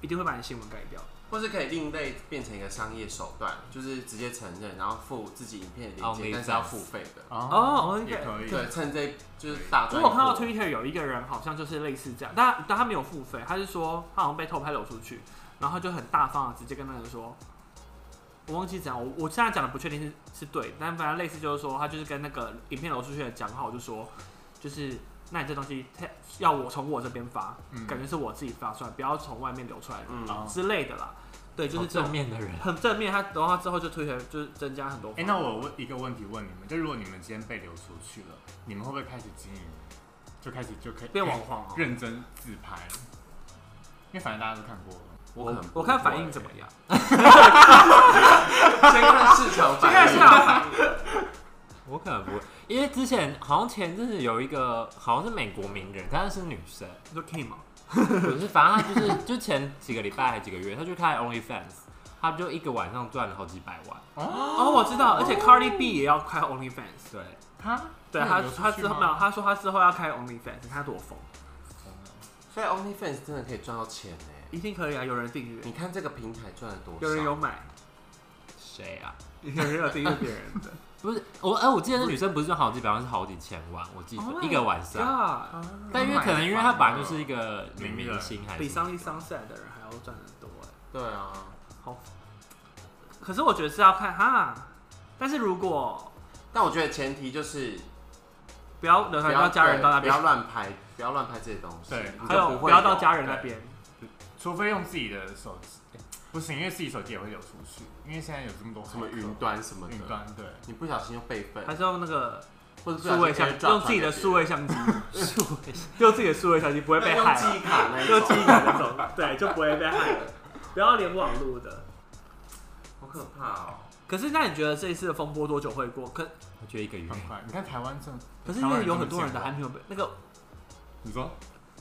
[SPEAKER 1] 一定会把你新闻盖掉。
[SPEAKER 4] 或是可以另类变成一个商业手段，就是直接承认，然后付自己影片的链接
[SPEAKER 2] Only
[SPEAKER 4] 但是要
[SPEAKER 2] fans
[SPEAKER 4] 付费的。
[SPEAKER 3] 哦，
[SPEAKER 1] 哦
[SPEAKER 3] 也
[SPEAKER 1] ，OK，
[SPEAKER 3] 可以，
[SPEAKER 4] 对，趁这就是大
[SPEAKER 1] 所
[SPEAKER 4] 赚一波。
[SPEAKER 1] 以我看到 Twitter 有一个人好像就是类似这样，但但他没有付费，他是说他好像被偷拍流出去，然后就很大方的直接跟那个人说，我忘记怎样，我我现在讲的不确定是是对，但反正类似就是说他就是跟那个影片流出去的讲好，就说就是那你这东西他要我从我这边发，
[SPEAKER 3] 嗯
[SPEAKER 1] 感觉是我自己发出来，不要从外面流出来的、
[SPEAKER 4] 嗯，
[SPEAKER 3] 哦
[SPEAKER 1] 之类的啦，对，就是
[SPEAKER 2] 好
[SPEAKER 1] 这
[SPEAKER 2] 正
[SPEAKER 1] 种
[SPEAKER 2] 面的人，
[SPEAKER 1] 很正面，他然后他之后就 Twitter 就是增加很多，
[SPEAKER 3] 哎、那我问一个问题问你们，就如果你们今天被流出去了，你们会不会开始经营，就开始就可以
[SPEAKER 1] 变网黄哦、
[SPEAKER 3] 认真自拍？因为反正大家都看过了，
[SPEAKER 4] 我可能不
[SPEAKER 1] 我看反
[SPEAKER 4] 会
[SPEAKER 1] 应怎么样。
[SPEAKER 4] 先看市场
[SPEAKER 1] 这个
[SPEAKER 4] 反
[SPEAKER 1] 是
[SPEAKER 4] 应。
[SPEAKER 1] 要反应
[SPEAKER 2] 我可能不会，因为之前好像前阵子有一个好像是美国名人，但是是女 生，
[SPEAKER 1] 你说 Kim 啊吗？
[SPEAKER 2] 可是反正她就是就前几个礼拜还几个月，她就开 OnlyFans，她就一个晚上赚了好几百万，
[SPEAKER 1] 哦，我知道，而且 Cardi B 也要开 OnlyFans，
[SPEAKER 2] 对，
[SPEAKER 3] 他
[SPEAKER 1] 对
[SPEAKER 3] 那
[SPEAKER 1] 他
[SPEAKER 3] 你流出
[SPEAKER 1] 他
[SPEAKER 3] 去
[SPEAKER 1] 之后
[SPEAKER 3] 吗
[SPEAKER 1] 没有，他说他之后要开 OnlyFans，你看他多疯，
[SPEAKER 4] 所以 OnlyFans 真的可以赚到钱呢。
[SPEAKER 1] 一定可以啊，有人订阅，
[SPEAKER 4] 你看这个平台赚了多少？
[SPEAKER 1] 有人有买，
[SPEAKER 2] 谁啊？
[SPEAKER 1] 有人有订阅别人的，
[SPEAKER 2] 不是我，哎、我记得那女生不是赚好几百万，是好几千万，我记得、
[SPEAKER 1] Oh my
[SPEAKER 2] 一个 晚上。
[SPEAKER 1] 啊，
[SPEAKER 2] 但因为可能因为她本来就是一个女明星，还是
[SPEAKER 1] 比桑利桑 t 的人还要赚得多哎，
[SPEAKER 4] 对啊，
[SPEAKER 1] 好，可是我觉得是要看哈，但是如果
[SPEAKER 4] 但我觉得前提就是
[SPEAKER 1] 不要流
[SPEAKER 4] 不
[SPEAKER 1] 传
[SPEAKER 4] 要
[SPEAKER 1] 到家人到那
[SPEAKER 4] 对不
[SPEAKER 1] 边
[SPEAKER 4] 要，乱拍，不要乱拍这些东西。
[SPEAKER 3] 对
[SPEAKER 4] 你
[SPEAKER 1] 还
[SPEAKER 4] 就
[SPEAKER 1] 有
[SPEAKER 4] 不
[SPEAKER 1] 不
[SPEAKER 4] 会
[SPEAKER 1] 要到家人那边，
[SPEAKER 3] 除非用自己的手机、哎不行，因为自己手机也会流出去，因为现在有这么多
[SPEAKER 4] 什么
[SPEAKER 3] 骇客
[SPEAKER 4] 云端什么
[SPEAKER 3] 云
[SPEAKER 4] 的，
[SPEAKER 3] 端对，
[SPEAKER 4] 你不小心就备份，
[SPEAKER 1] 还是用那个
[SPEAKER 4] 或者不小
[SPEAKER 1] 数
[SPEAKER 4] 啊心
[SPEAKER 1] 位
[SPEAKER 4] 别
[SPEAKER 1] 相，
[SPEAKER 4] 人转
[SPEAKER 1] 用自己的
[SPEAKER 4] 传给
[SPEAKER 1] 数位相机，用自己的数位相机不会
[SPEAKER 4] 别人
[SPEAKER 1] 被
[SPEAKER 4] 用
[SPEAKER 1] 害啊。
[SPEAKER 4] 记忆卡那一
[SPEAKER 1] 就
[SPEAKER 4] 种
[SPEAKER 1] 记忆卡那种，对，就不会被害了。不要连网路的。
[SPEAKER 4] 好可怕哦。
[SPEAKER 1] 可是那你觉得这一次的风波多久会过？可
[SPEAKER 2] 我觉得一个月
[SPEAKER 3] 很快。你看台湾政，
[SPEAKER 1] 可是
[SPEAKER 3] 台
[SPEAKER 1] 因
[SPEAKER 3] 湾
[SPEAKER 1] 为
[SPEAKER 3] 人
[SPEAKER 1] 有
[SPEAKER 3] 这么
[SPEAKER 1] 很多人的
[SPEAKER 3] 健
[SPEAKER 1] 还
[SPEAKER 3] 忘
[SPEAKER 1] 没有被那个
[SPEAKER 3] 你说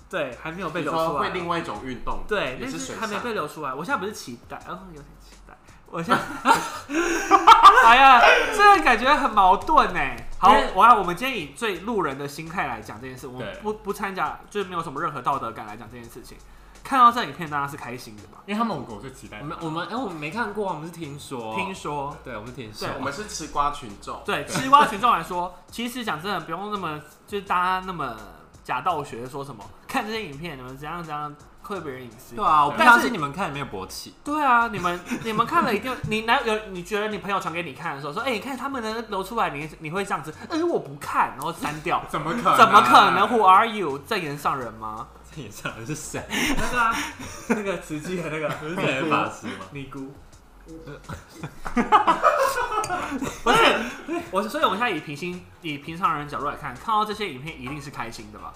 [SPEAKER 1] 对还没有被
[SPEAKER 4] 你
[SPEAKER 1] 流
[SPEAKER 4] 说
[SPEAKER 1] 出
[SPEAKER 4] 会另
[SPEAKER 1] 来，啊
[SPEAKER 4] 外一种运动，
[SPEAKER 1] 对，
[SPEAKER 4] 也
[SPEAKER 1] 但
[SPEAKER 4] 是
[SPEAKER 1] 是
[SPEAKER 4] 水
[SPEAKER 1] 还没
[SPEAKER 4] 上
[SPEAKER 1] 被流出来。我现在不是期待，嗯，有点期待。我现在， 哎呀，这个感觉很矛盾呢。好
[SPEAKER 2] 因为，
[SPEAKER 1] 我要我们今天以最路人的心态来讲这件事，我们
[SPEAKER 3] 对
[SPEAKER 1] 不不参加，就是没有什么任何道德感来讲这件事情。看到这影片，大家是开心的吧？
[SPEAKER 3] 因为他们五个我最期待，
[SPEAKER 2] 我，们我们哎、我们没看过，我们是听
[SPEAKER 4] 哦
[SPEAKER 2] 说，
[SPEAKER 1] 听，说，
[SPEAKER 2] 对，我们是听说
[SPEAKER 1] 对，
[SPEAKER 4] 我们是吃瓜群众，
[SPEAKER 1] 对，吃瓜群众来说，其实讲真的，不用那么就是大家那么假道学说什么，看这些影片你们怎样怎样窥别人隐私
[SPEAKER 2] 对。啊，我不
[SPEAKER 1] 但
[SPEAKER 2] 相
[SPEAKER 1] 是
[SPEAKER 2] 信你们看有没有勃起，
[SPEAKER 1] 对啊，你们你们看了一定，你哪有你觉得你朋友传给你看的时候说，哎、你看他们能流出来，你你会这样子，哎、我不看，然后删掉
[SPEAKER 3] 怎么可能？
[SPEAKER 1] 怎么可能？Who are you？在演上人吗？
[SPEAKER 2] 这也像是 谁？
[SPEAKER 1] 那个啊，那个慈禧的那个
[SPEAKER 2] 不是美人法师吗？
[SPEAKER 1] 尼姑。不是，我是所以我们现在以平心以平常人角度来看，看到这些影片一定是开心的吧？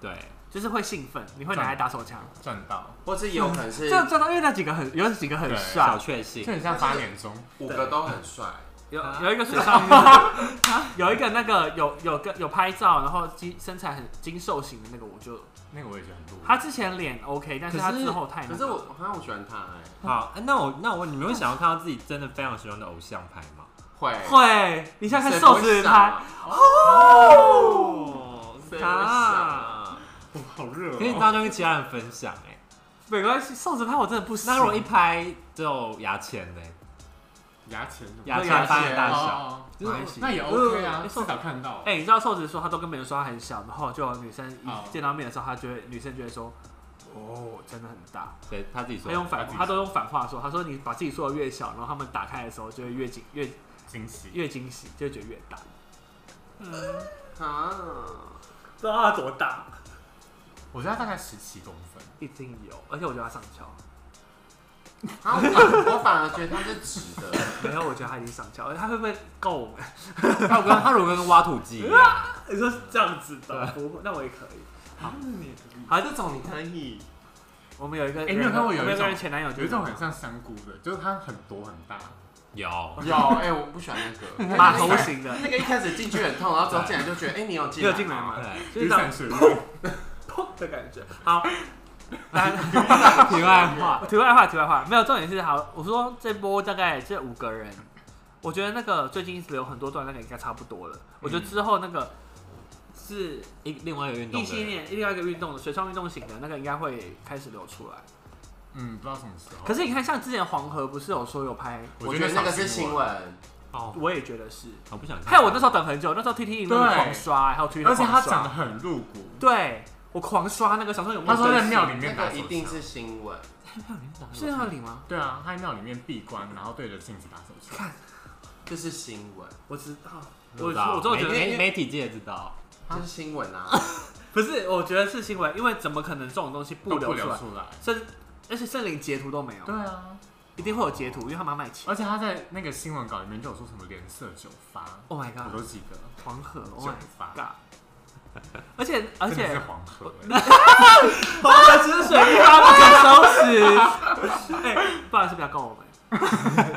[SPEAKER 2] 对，
[SPEAKER 1] 就是会兴奋，你会拿来打手枪。
[SPEAKER 3] 赚到？
[SPEAKER 4] 或是也有可能是
[SPEAKER 1] 嗯这这到因为那几个很有几个很
[SPEAKER 3] 对
[SPEAKER 1] 帅
[SPEAKER 2] 小，确幸
[SPEAKER 3] 就。很像八点钟，
[SPEAKER 4] 五个都很帅，
[SPEAKER 1] 有
[SPEAKER 2] 啊
[SPEAKER 1] 有一个水上运有一个那个有有个有拍照，然后肌身材很精瘦型的那个，我就
[SPEAKER 3] 那个我也觉得很多。
[SPEAKER 1] 他之前脸 OK，但是他
[SPEAKER 2] 可是
[SPEAKER 1] 之后太
[SPEAKER 4] 可
[SPEAKER 1] 难
[SPEAKER 4] 是我好像我喜欢他哎，
[SPEAKER 2] 好，那我那我你们会想要看到自己真的非常喜欢的偶像牌吗？
[SPEAKER 4] 会
[SPEAKER 1] 会，你现在看
[SPEAKER 4] 谁
[SPEAKER 1] 瘦
[SPEAKER 4] 不
[SPEAKER 1] 子
[SPEAKER 4] 想
[SPEAKER 1] 拍，
[SPEAKER 4] 啊
[SPEAKER 2] 哦，
[SPEAKER 4] 谁会
[SPEAKER 2] 啊
[SPEAKER 4] 想？
[SPEAKER 3] 哇好热
[SPEAKER 2] 可以
[SPEAKER 3] 哦，
[SPEAKER 2] 大家跟其他人分享哎、
[SPEAKER 1] 没关系，瘦子拍我真的不行。
[SPEAKER 2] 那如果一拍就牙签呢？
[SPEAKER 3] 牙签是不是
[SPEAKER 2] 牙
[SPEAKER 4] 签
[SPEAKER 2] 签发的大
[SPEAKER 4] 牙
[SPEAKER 2] 小，
[SPEAKER 3] 哦
[SPEAKER 1] 就是我
[SPEAKER 3] 那也 OK 啊，
[SPEAKER 1] 呃
[SPEAKER 3] 至少看到。
[SPEAKER 1] 哎、你知道瘦子说他都跟别人说他很小，然后就女生
[SPEAKER 3] 哦
[SPEAKER 1] 一见到面的时候，他就会女生就会说，哦，真的很大。
[SPEAKER 2] 对他自己说哦
[SPEAKER 1] 他。用反
[SPEAKER 3] 他自己
[SPEAKER 1] 他都用反话说，他说你把自己说的越小，然后他们打开的时候就会越惊越
[SPEAKER 3] 惊喜，
[SPEAKER 1] 越惊喜，就会觉得越大。
[SPEAKER 4] 啊，
[SPEAKER 1] 知道他多大？
[SPEAKER 3] 我觉得它大概十七公分，
[SPEAKER 1] 一定有，而且我觉得他上翘，
[SPEAKER 4] 啊我反我反而觉得他是直 的，
[SPEAKER 1] 没有，我觉得他已经上翘，而且他会不会够我们？
[SPEAKER 2] 他如果跟他如果跟挖土机一样，
[SPEAKER 1] 你说这样子的，不会，那我也可以。
[SPEAKER 4] 好，你
[SPEAKER 1] 好
[SPEAKER 4] 这种你可以，
[SPEAKER 1] 我们有一个人，
[SPEAKER 3] 哎你有看过有一
[SPEAKER 1] 我们个
[SPEAKER 3] 种
[SPEAKER 1] 人前男友就是
[SPEAKER 3] 有一种很像香菇的，就是它很多很大，
[SPEAKER 2] 有，
[SPEAKER 4] 有哎、我不喜欢 那个
[SPEAKER 1] 马头型 的，
[SPEAKER 4] 那个一开始进去很痛，然后走进来就觉得，哎、你有进
[SPEAKER 1] 你
[SPEAKER 4] 来
[SPEAKER 1] 有
[SPEAKER 4] 吗
[SPEAKER 1] 进来吗？
[SPEAKER 2] 对，
[SPEAKER 1] 就是
[SPEAKER 3] 雨
[SPEAKER 1] 这样
[SPEAKER 3] 伞水路。
[SPEAKER 1] 砰的感觉。好，大家
[SPEAKER 2] 题外话，
[SPEAKER 1] 题外话，题外话，没有重点是好，我说这波大概这五个人，我觉得那个最近一直有很多段那个应该差不多了。我觉得之后那个是
[SPEAKER 2] 一另外一个运动
[SPEAKER 1] 异
[SPEAKER 2] 的
[SPEAKER 1] 性
[SPEAKER 2] 人，
[SPEAKER 1] 恋另外一个运动的水上运动型的那个应该会开始流出来。
[SPEAKER 3] 嗯，不知道什么时候。
[SPEAKER 1] 可是你看，像之前黄河不是有说有拍，
[SPEAKER 4] 我觉得那个是新
[SPEAKER 3] 闻，
[SPEAKER 4] 闻，
[SPEAKER 2] 哦，
[SPEAKER 1] 我也觉得是。
[SPEAKER 2] 我不想看，
[SPEAKER 1] 害我那时候等很久，那时候 T T 一路
[SPEAKER 3] 对
[SPEAKER 1] 狂刷，还有 T T
[SPEAKER 3] 而且他
[SPEAKER 1] 狂
[SPEAKER 3] 长得
[SPEAKER 1] 刷，
[SPEAKER 3] 很露骨。
[SPEAKER 1] 对我狂刷那个，想说有没有
[SPEAKER 3] 他说在
[SPEAKER 1] 真实
[SPEAKER 3] 庙里
[SPEAKER 4] 那
[SPEAKER 3] 面打
[SPEAKER 4] 个
[SPEAKER 3] 手
[SPEAKER 4] 一定
[SPEAKER 3] 枪
[SPEAKER 4] 是新闻。
[SPEAKER 1] 是那里吗？
[SPEAKER 3] 对啊，他在庙里面闭关，然后对着镜子打手枪。
[SPEAKER 4] 这是新闻，
[SPEAKER 1] 我知道，
[SPEAKER 2] 不
[SPEAKER 1] 我
[SPEAKER 2] 啊知道哎
[SPEAKER 1] 我真的觉得
[SPEAKER 2] 媒媒媒体界知道，
[SPEAKER 4] 这是新闻啊！
[SPEAKER 1] 不是，我觉得是新闻，因为怎么可能这种东西不
[SPEAKER 3] 都
[SPEAKER 1] 流
[SPEAKER 3] 不流
[SPEAKER 1] 出来？
[SPEAKER 3] 出来。
[SPEAKER 1] 甚而且甚至连截图都没有，
[SPEAKER 3] 对啊，
[SPEAKER 1] 一定会有截图，因为他妈卖钱。
[SPEAKER 3] 而且他在那个新闻稿里面就有说什么连射九发，
[SPEAKER 1] Oh my
[SPEAKER 3] 我
[SPEAKER 1] god，
[SPEAKER 3] 都记得，
[SPEAKER 1] 黄河，Oh
[SPEAKER 3] 九
[SPEAKER 1] my
[SPEAKER 3] 发，
[SPEAKER 1] god！而且而
[SPEAKER 3] 真的
[SPEAKER 1] 且
[SPEAKER 3] 是黄河欸。
[SPEAKER 1] 黄河只水一发不可收拾。哎，不好意思，不要告我们。开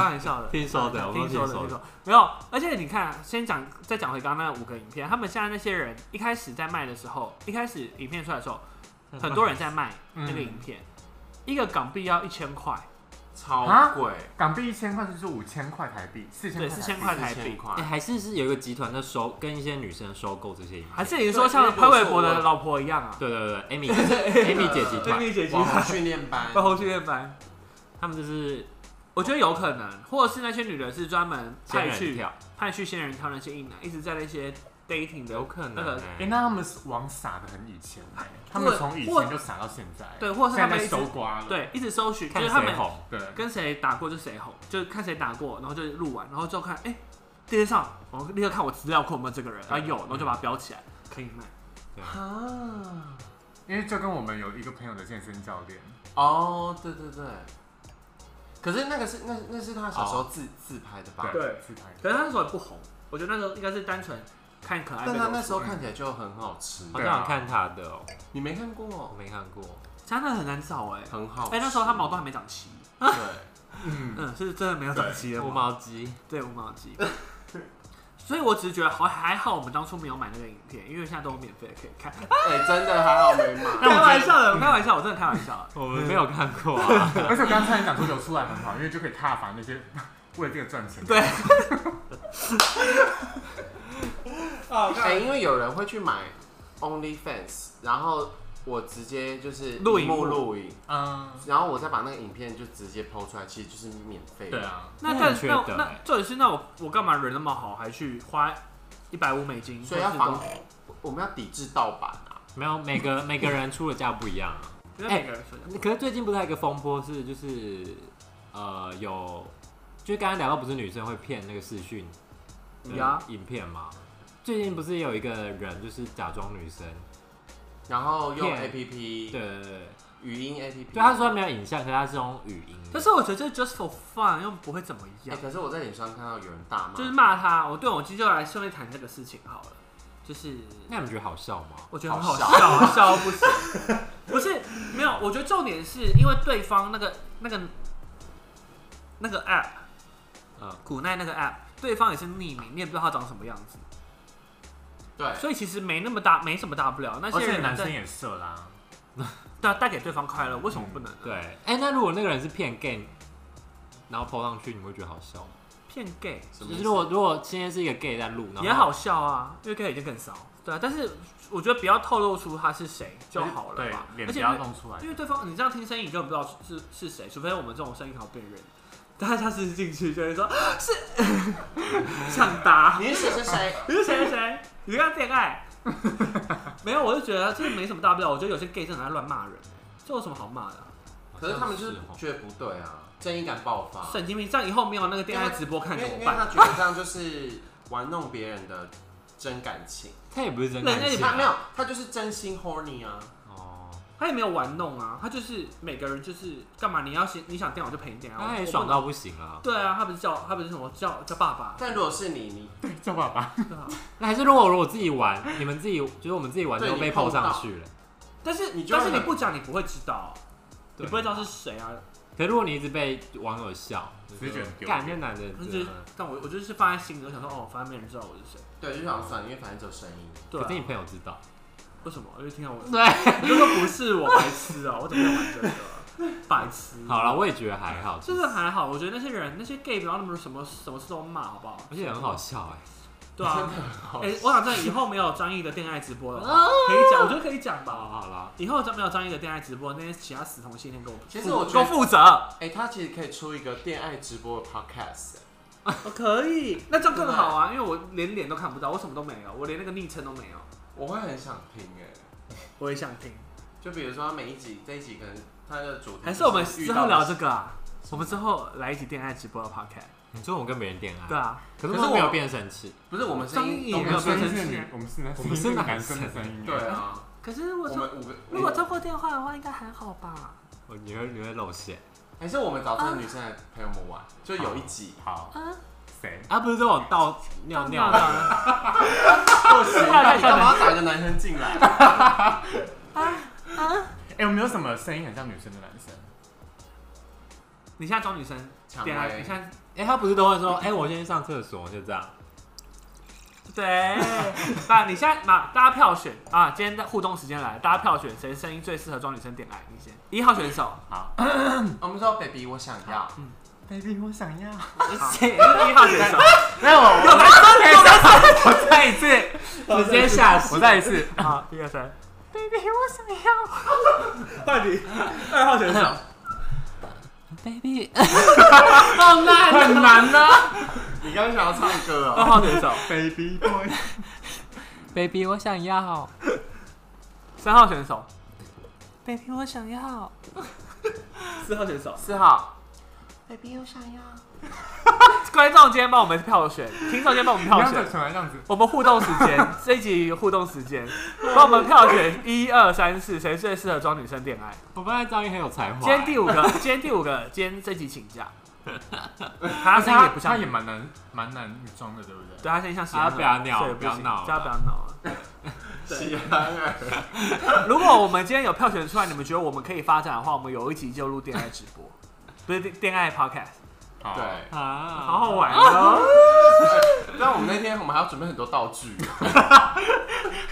[SPEAKER 1] 玩笑的，
[SPEAKER 2] 听说的我
[SPEAKER 1] 听
[SPEAKER 2] 们
[SPEAKER 1] 说
[SPEAKER 2] 听
[SPEAKER 1] 的，
[SPEAKER 2] 说
[SPEAKER 1] 听
[SPEAKER 2] 的
[SPEAKER 1] 说没有。而且你看，先讲再讲回刚刚那五个影片，他们现在那些人一开始在卖的时候，一开始影片出来的时候，很多人在卖那个影片，一个港币要一千块，
[SPEAKER 4] 超
[SPEAKER 3] 啊
[SPEAKER 4] 贵，
[SPEAKER 3] 港币一千块就是五千块台币，四千
[SPEAKER 1] 对，
[SPEAKER 3] 块
[SPEAKER 1] 四
[SPEAKER 3] 台
[SPEAKER 1] 千
[SPEAKER 3] 币。
[SPEAKER 1] 块台
[SPEAKER 4] 4000
[SPEAKER 1] 币。
[SPEAKER 2] 哎，
[SPEAKER 4] 块，
[SPEAKER 2] 还是是有一个集团在收跟一些女生收购这些影
[SPEAKER 1] 还
[SPEAKER 2] 片，
[SPEAKER 1] 是你说像潘玮柏的老婆一样啊？
[SPEAKER 2] 对对对，Amy Amy 姐集团，
[SPEAKER 1] 丽姐
[SPEAKER 4] 网红训练班，
[SPEAKER 1] 被红训练班，
[SPEAKER 2] 他们就是
[SPEAKER 1] 我觉得有可能，或者是那些女的是专门
[SPEAKER 2] 仙
[SPEAKER 1] 派
[SPEAKER 2] 人
[SPEAKER 1] 去
[SPEAKER 2] 跳，
[SPEAKER 1] 派去仙人跳那些硬男，一直在那些 dating 的
[SPEAKER 2] 有可
[SPEAKER 1] 那
[SPEAKER 2] 能
[SPEAKER 1] 个
[SPEAKER 3] 哎，
[SPEAKER 2] 欸，
[SPEAKER 3] 那他们网撒的很以前欸，他们从以前就撒到现在，
[SPEAKER 1] 对，或者是他
[SPEAKER 3] 现在
[SPEAKER 1] 们
[SPEAKER 3] 在
[SPEAKER 1] 一直
[SPEAKER 3] 收刮了。
[SPEAKER 1] 对一直搜寻，就
[SPEAKER 2] 看
[SPEAKER 1] 是他
[SPEAKER 2] 谁
[SPEAKER 1] 们
[SPEAKER 2] 红，
[SPEAKER 3] 对，
[SPEAKER 1] 跟谁打过就谁红，就是看谁打过，然后就录完，然后就看哎、电视上，我立刻看我资料库有没有这个人，然后有，然后就把它标起来，可以卖。
[SPEAKER 4] 啊，
[SPEAKER 3] 因为就跟我们有一个朋友的健身教练，
[SPEAKER 4] 哦，对对对，可是那个是那那是他小时候自、自拍的吧？
[SPEAKER 1] 对
[SPEAKER 3] 自拍的。
[SPEAKER 1] 可是他那时候也不红，我觉得那时候应该是单纯看可爱
[SPEAKER 4] 但
[SPEAKER 1] 被流
[SPEAKER 4] 他啊那
[SPEAKER 1] 出。
[SPEAKER 4] 时候看起来就很好吃，
[SPEAKER 2] 好
[SPEAKER 3] 对啊
[SPEAKER 2] 想看她的哦，
[SPEAKER 4] 你没看
[SPEAKER 2] 我
[SPEAKER 4] 过？
[SPEAKER 2] 没看过，
[SPEAKER 1] 真的很难找哎、
[SPEAKER 4] 很好吃，
[SPEAKER 1] 哎、那时候他毛都还没长齐，
[SPEAKER 4] 对，
[SPEAKER 3] 嗯，
[SPEAKER 1] 嗯，是真的没有长齐的
[SPEAKER 2] 无
[SPEAKER 1] 毛，
[SPEAKER 2] 毛鸡，
[SPEAKER 1] 对，无毛鸡。 所以我只是觉得好还好，我们当初没有买那个影片，因为现在都有免费可以看。
[SPEAKER 4] 哎、真的还好没买，
[SPEAKER 1] 开玩笑的，我开玩笑，我真的开玩笑的。
[SPEAKER 2] 我们没有看过啊，
[SPEAKER 3] 而且我刚才讲说流出来很好，因为就可以踏伐那些 为了这个赚钱的
[SPEAKER 1] 对，
[SPEAKER 4] 哎、因为有人会去买 OnlyFans，然后我直接就是
[SPEAKER 1] 录影
[SPEAKER 4] 一幕录影，
[SPEAKER 3] 嗯，
[SPEAKER 4] 然后我再把那个影片就直接抛出来，其实就是免费的。
[SPEAKER 3] 对啊，
[SPEAKER 1] 那
[SPEAKER 2] 那
[SPEAKER 1] 但
[SPEAKER 2] 很缺
[SPEAKER 1] 那
[SPEAKER 2] 德
[SPEAKER 1] 那
[SPEAKER 2] 欸
[SPEAKER 1] 重点是，那我我干嘛人那么好，还去花一百五美金？
[SPEAKER 4] 所以要
[SPEAKER 1] 或是
[SPEAKER 4] 防
[SPEAKER 1] 都，
[SPEAKER 4] 我们要抵制盗版啊！
[SPEAKER 2] 没有每个每个人出的价不一样啊。
[SPEAKER 1] 觉得每个人说的
[SPEAKER 2] 可是最近不是还有一个风波是，就是呃有，就是刚刚聊到不是女生会骗那个视讯
[SPEAKER 1] 呀
[SPEAKER 2] 的影片吗？最近不是有一个人就是假装女生，
[SPEAKER 4] 然后用
[SPEAKER 2] 骗
[SPEAKER 4] A P P
[SPEAKER 2] 对对对对，
[SPEAKER 4] 语音 A P P，
[SPEAKER 2] 对他说他没有影像，可是他是用语音的，
[SPEAKER 1] 但是我觉得这 just for fun，又不会怎么
[SPEAKER 4] 哎、
[SPEAKER 1] 样。
[SPEAKER 4] 可是我在脸上看到有人大骂，
[SPEAKER 1] 就是骂他，我对我今天就来顺便谈这个事情好了，就是
[SPEAKER 2] 那你们觉得好笑吗？
[SPEAKER 1] 我觉得很好笑，
[SPEAKER 4] 好
[SPEAKER 1] 好笑到不行。不是没有，我觉得重点是因为对方那个那个那个 app，
[SPEAKER 2] 嗯，
[SPEAKER 1] 古奈那个 app，对方也是匿名，你也不知道他长什么样子，
[SPEAKER 4] 对，
[SPEAKER 1] 所以其实没那么大，没什么大不了。那
[SPEAKER 3] 而
[SPEAKER 1] 些
[SPEAKER 3] 且
[SPEAKER 1] 人
[SPEAKER 3] 男
[SPEAKER 1] 能
[SPEAKER 3] 生
[SPEAKER 1] 在
[SPEAKER 3] 也射啦，
[SPEAKER 1] 带带给对方快乐，为什么不能
[SPEAKER 3] 嗯
[SPEAKER 1] 呢？
[SPEAKER 2] 对，哎、那如果那个人是骗 gay，然后抛上去，你们会觉得好笑吗？
[SPEAKER 1] 骗 gay
[SPEAKER 4] 什么
[SPEAKER 2] 就
[SPEAKER 4] 意
[SPEAKER 2] 是
[SPEAKER 4] 思
[SPEAKER 2] 如果如果今天是一个 gay 在录，然后
[SPEAKER 1] 也好笑啊，因为 gay 已经更骚，对啊。但是我觉得不要透露出他是谁就好了
[SPEAKER 3] 对
[SPEAKER 1] 吧，，
[SPEAKER 3] 脸
[SPEAKER 1] 而
[SPEAKER 3] 不
[SPEAKER 1] 且
[SPEAKER 3] 要弄出来
[SPEAKER 1] 因。为对方，你这样听声音，你根本不知道是是谁，除非我们这种声音好辨认。但是他是进去就会 说，是 想打，
[SPEAKER 4] 你是谁是谁？
[SPEAKER 1] 你是谁谁谁，你跟他恋爱？ 没有，我就觉得这没什么大不了。我觉得有些 gay 真的很爱乱骂人，这有什么好骂的啊、
[SPEAKER 2] 好像
[SPEAKER 4] 可是他们就是
[SPEAKER 2] 哦
[SPEAKER 4] 觉得不对啊，正义感爆
[SPEAKER 3] 啊
[SPEAKER 4] 发，
[SPEAKER 1] 神经病！这样以后没有那个恋爱直播看
[SPEAKER 4] 因
[SPEAKER 1] 怎
[SPEAKER 4] 为因
[SPEAKER 1] 么
[SPEAKER 4] 为
[SPEAKER 1] 办？
[SPEAKER 4] 他觉得这样就是玩弄别人的真感情，
[SPEAKER 2] 哦他也不是真
[SPEAKER 1] 人
[SPEAKER 2] 感
[SPEAKER 1] 家也
[SPEAKER 2] 情
[SPEAKER 1] 对
[SPEAKER 4] 他
[SPEAKER 2] 啊，
[SPEAKER 4] 没有，他就是真心 horny 啊，
[SPEAKER 2] 哦，
[SPEAKER 1] 他也没有玩弄啊，他就是每个人就是干嘛，你要先你想电我就陪你电啊，
[SPEAKER 2] 那他也
[SPEAKER 1] 我
[SPEAKER 2] 爽。到不行啊
[SPEAKER 1] 我！对啊，他不是叫他不是什么叫叫爸爸，
[SPEAKER 4] 但如果是你，你
[SPEAKER 3] 对，叫爸爸。
[SPEAKER 1] 对啊
[SPEAKER 2] 那还是如果如果自己玩，你们自己就是我们自己玩
[SPEAKER 4] 对
[SPEAKER 2] 都被
[SPEAKER 4] 你碰
[SPEAKER 2] 泡上
[SPEAKER 4] 到
[SPEAKER 2] 去了。
[SPEAKER 1] 但是
[SPEAKER 4] 你就
[SPEAKER 1] 但是你
[SPEAKER 4] 很
[SPEAKER 1] 不讲你不会知道，你
[SPEAKER 2] 对
[SPEAKER 1] 不会知道是谁啊。
[SPEAKER 2] 可是如果你一直被网友笑，就
[SPEAKER 3] 直觉
[SPEAKER 2] 是
[SPEAKER 3] 很丢脸
[SPEAKER 2] 干那男的
[SPEAKER 1] 可是
[SPEAKER 2] 真
[SPEAKER 1] 就
[SPEAKER 2] 的，
[SPEAKER 1] 但我我就是放在心里，我想说哦，反正没人知道我是谁。
[SPEAKER 4] 对就想算，因为反正只有声音。
[SPEAKER 1] 对、
[SPEAKER 2] 可是你
[SPEAKER 1] 啊，
[SPEAKER 2] 朋友知道，
[SPEAKER 1] 为什么？因为听到 我，
[SPEAKER 2] 对，
[SPEAKER 1] 你就说不是我白痴啊，我怎么会玩这个啊？白痴。
[SPEAKER 2] 好了，我也觉得还好，
[SPEAKER 1] 就是还好，我觉得那些人那些 gay 不要那么什么什么事都骂，好不好？
[SPEAKER 2] 而且很好笑哎、
[SPEAKER 1] 对 啊，
[SPEAKER 4] 好
[SPEAKER 1] 哎、我想在以后没有张译的恋爱直播了，
[SPEAKER 2] 哦
[SPEAKER 1] 可以讲，我觉得可以讲
[SPEAKER 2] 好
[SPEAKER 1] 吧。
[SPEAKER 2] 好啦，
[SPEAKER 1] 以后没有张译的恋爱直播，那些其他死同性恋给我，
[SPEAKER 4] 其实我
[SPEAKER 1] 给
[SPEAKER 4] 觉
[SPEAKER 1] 我
[SPEAKER 4] 得，
[SPEAKER 1] 负责，
[SPEAKER 4] 哎、他其实可以出一个恋爱直播的 podcast，、欸
[SPEAKER 1] 我哦可以，那这样更好啊，因为我连脸都看不到，我什么都没有，我连那个昵称都没有，
[SPEAKER 4] 我会很想听哎、
[SPEAKER 1] 我也想听。
[SPEAKER 4] 就比如说他每一集这一集可能他的主题
[SPEAKER 1] 还是我们
[SPEAKER 4] 就
[SPEAKER 1] 之
[SPEAKER 4] 遇到
[SPEAKER 1] 后
[SPEAKER 4] 的
[SPEAKER 1] 聊这个啊，我们之后来一集恋爱直播的 podcast。
[SPEAKER 2] 你说我跟别人恋爱，
[SPEAKER 1] 对啊，
[SPEAKER 2] 可是
[SPEAKER 4] 可是
[SPEAKER 2] 我
[SPEAKER 4] 我
[SPEAKER 2] 没有变声器，
[SPEAKER 4] 不是我们
[SPEAKER 1] 张
[SPEAKER 4] 声
[SPEAKER 1] 译
[SPEAKER 4] 音
[SPEAKER 1] 也
[SPEAKER 4] 都
[SPEAKER 1] 没
[SPEAKER 4] 没
[SPEAKER 1] 有
[SPEAKER 4] 有
[SPEAKER 1] 变
[SPEAKER 4] 声
[SPEAKER 1] 成
[SPEAKER 4] 音，
[SPEAKER 3] 是
[SPEAKER 1] 是
[SPEAKER 3] 女，我们是男，
[SPEAKER 2] 我们是男
[SPEAKER 3] 男
[SPEAKER 2] 生
[SPEAKER 3] 生的声音。
[SPEAKER 4] 对，啊，
[SPEAKER 1] 可是我
[SPEAKER 4] 我
[SPEAKER 1] 说
[SPEAKER 4] 们五个哎
[SPEAKER 1] 如果通过电话的话，应该还好吧？
[SPEAKER 2] 我你会你会露馅
[SPEAKER 4] 还是我们找这个女生来陪我们玩，就有一集
[SPEAKER 3] 好，
[SPEAKER 1] 啊，
[SPEAKER 3] 谁？
[SPEAKER 2] 啊？不是都有倒尿尿的，
[SPEAKER 1] 的
[SPEAKER 4] 不行，那你
[SPEAKER 1] 啊
[SPEAKER 4] 干
[SPEAKER 1] 干嘛
[SPEAKER 4] 嘛要打一个男生进
[SPEAKER 1] 啊
[SPEAKER 4] 来？
[SPEAKER 3] 哎，有没有什么声音很像女生的男生？
[SPEAKER 1] 你现在找女生
[SPEAKER 4] 蔷
[SPEAKER 1] 恋爱，
[SPEAKER 4] 薇
[SPEAKER 1] 啊你现在
[SPEAKER 2] 哎、他不是都会说，哎、我先去上厕所，就这样，
[SPEAKER 1] 对，那你现在那大家票选啊，今天的互动时间来，大家票选谁声音最适合装女生点来，你先一号选手，
[SPEAKER 4] 我们说 baby，我想要，
[SPEAKER 3] Baby，我想要。
[SPEAKER 1] 好一号选手，
[SPEAKER 3] 那 我我
[SPEAKER 1] 我再一次
[SPEAKER 2] 直接下
[SPEAKER 3] 我
[SPEAKER 2] 水。
[SPEAKER 3] 再一 次。
[SPEAKER 1] 好，啊一二三，baby，我想要，到底二号 选手，
[SPEAKER 2] Baby，好难，
[SPEAKER 1] 啊
[SPEAKER 2] 很难呢、
[SPEAKER 4] 你刚刚想要唱歌
[SPEAKER 1] 二
[SPEAKER 4] 哦，
[SPEAKER 1] 号选手，
[SPEAKER 3] Baby boy，
[SPEAKER 2] Baby，我想要。
[SPEAKER 1] 三号选手，
[SPEAKER 2] Baby，我想要。
[SPEAKER 1] 四号选手，
[SPEAKER 4] 四号，
[SPEAKER 1] 观众今天帮我们票选，听众今天帮我们
[SPEAKER 3] 不
[SPEAKER 1] 票
[SPEAKER 3] 要
[SPEAKER 1] 选
[SPEAKER 3] 再。成来这样子。
[SPEAKER 1] 我们互动时间，这一集互动时间，帮我们票选一二三四，谁最适合装女生恋爱？
[SPEAKER 2] 我发现张宇很有才华。
[SPEAKER 1] 今天第五个，今天第五个，今天这集请假。他
[SPEAKER 3] 而且
[SPEAKER 1] 声音
[SPEAKER 3] 他
[SPEAKER 1] 也不像
[SPEAKER 3] 他，也蛮难蛮难装的，对不对？
[SPEAKER 1] 对他声音像喜羊
[SPEAKER 2] 啊不要闹
[SPEAKER 1] 所以
[SPEAKER 2] 不要
[SPEAKER 1] 行
[SPEAKER 2] 闹了
[SPEAKER 1] 大家不要闹了。
[SPEAKER 4] 喜安儿，
[SPEAKER 1] 如果我们今天有票选出来，你们觉得我们可以发展的话，我们有一集就录恋爱直播，不是恋爱 podcast，
[SPEAKER 3] 好
[SPEAKER 4] 对，
[SPEAKER 2] 啊，
[SPEAKER 1] 好好玩哦。
[SPEAKER 4] 但我们那天我们还要准备很多道具，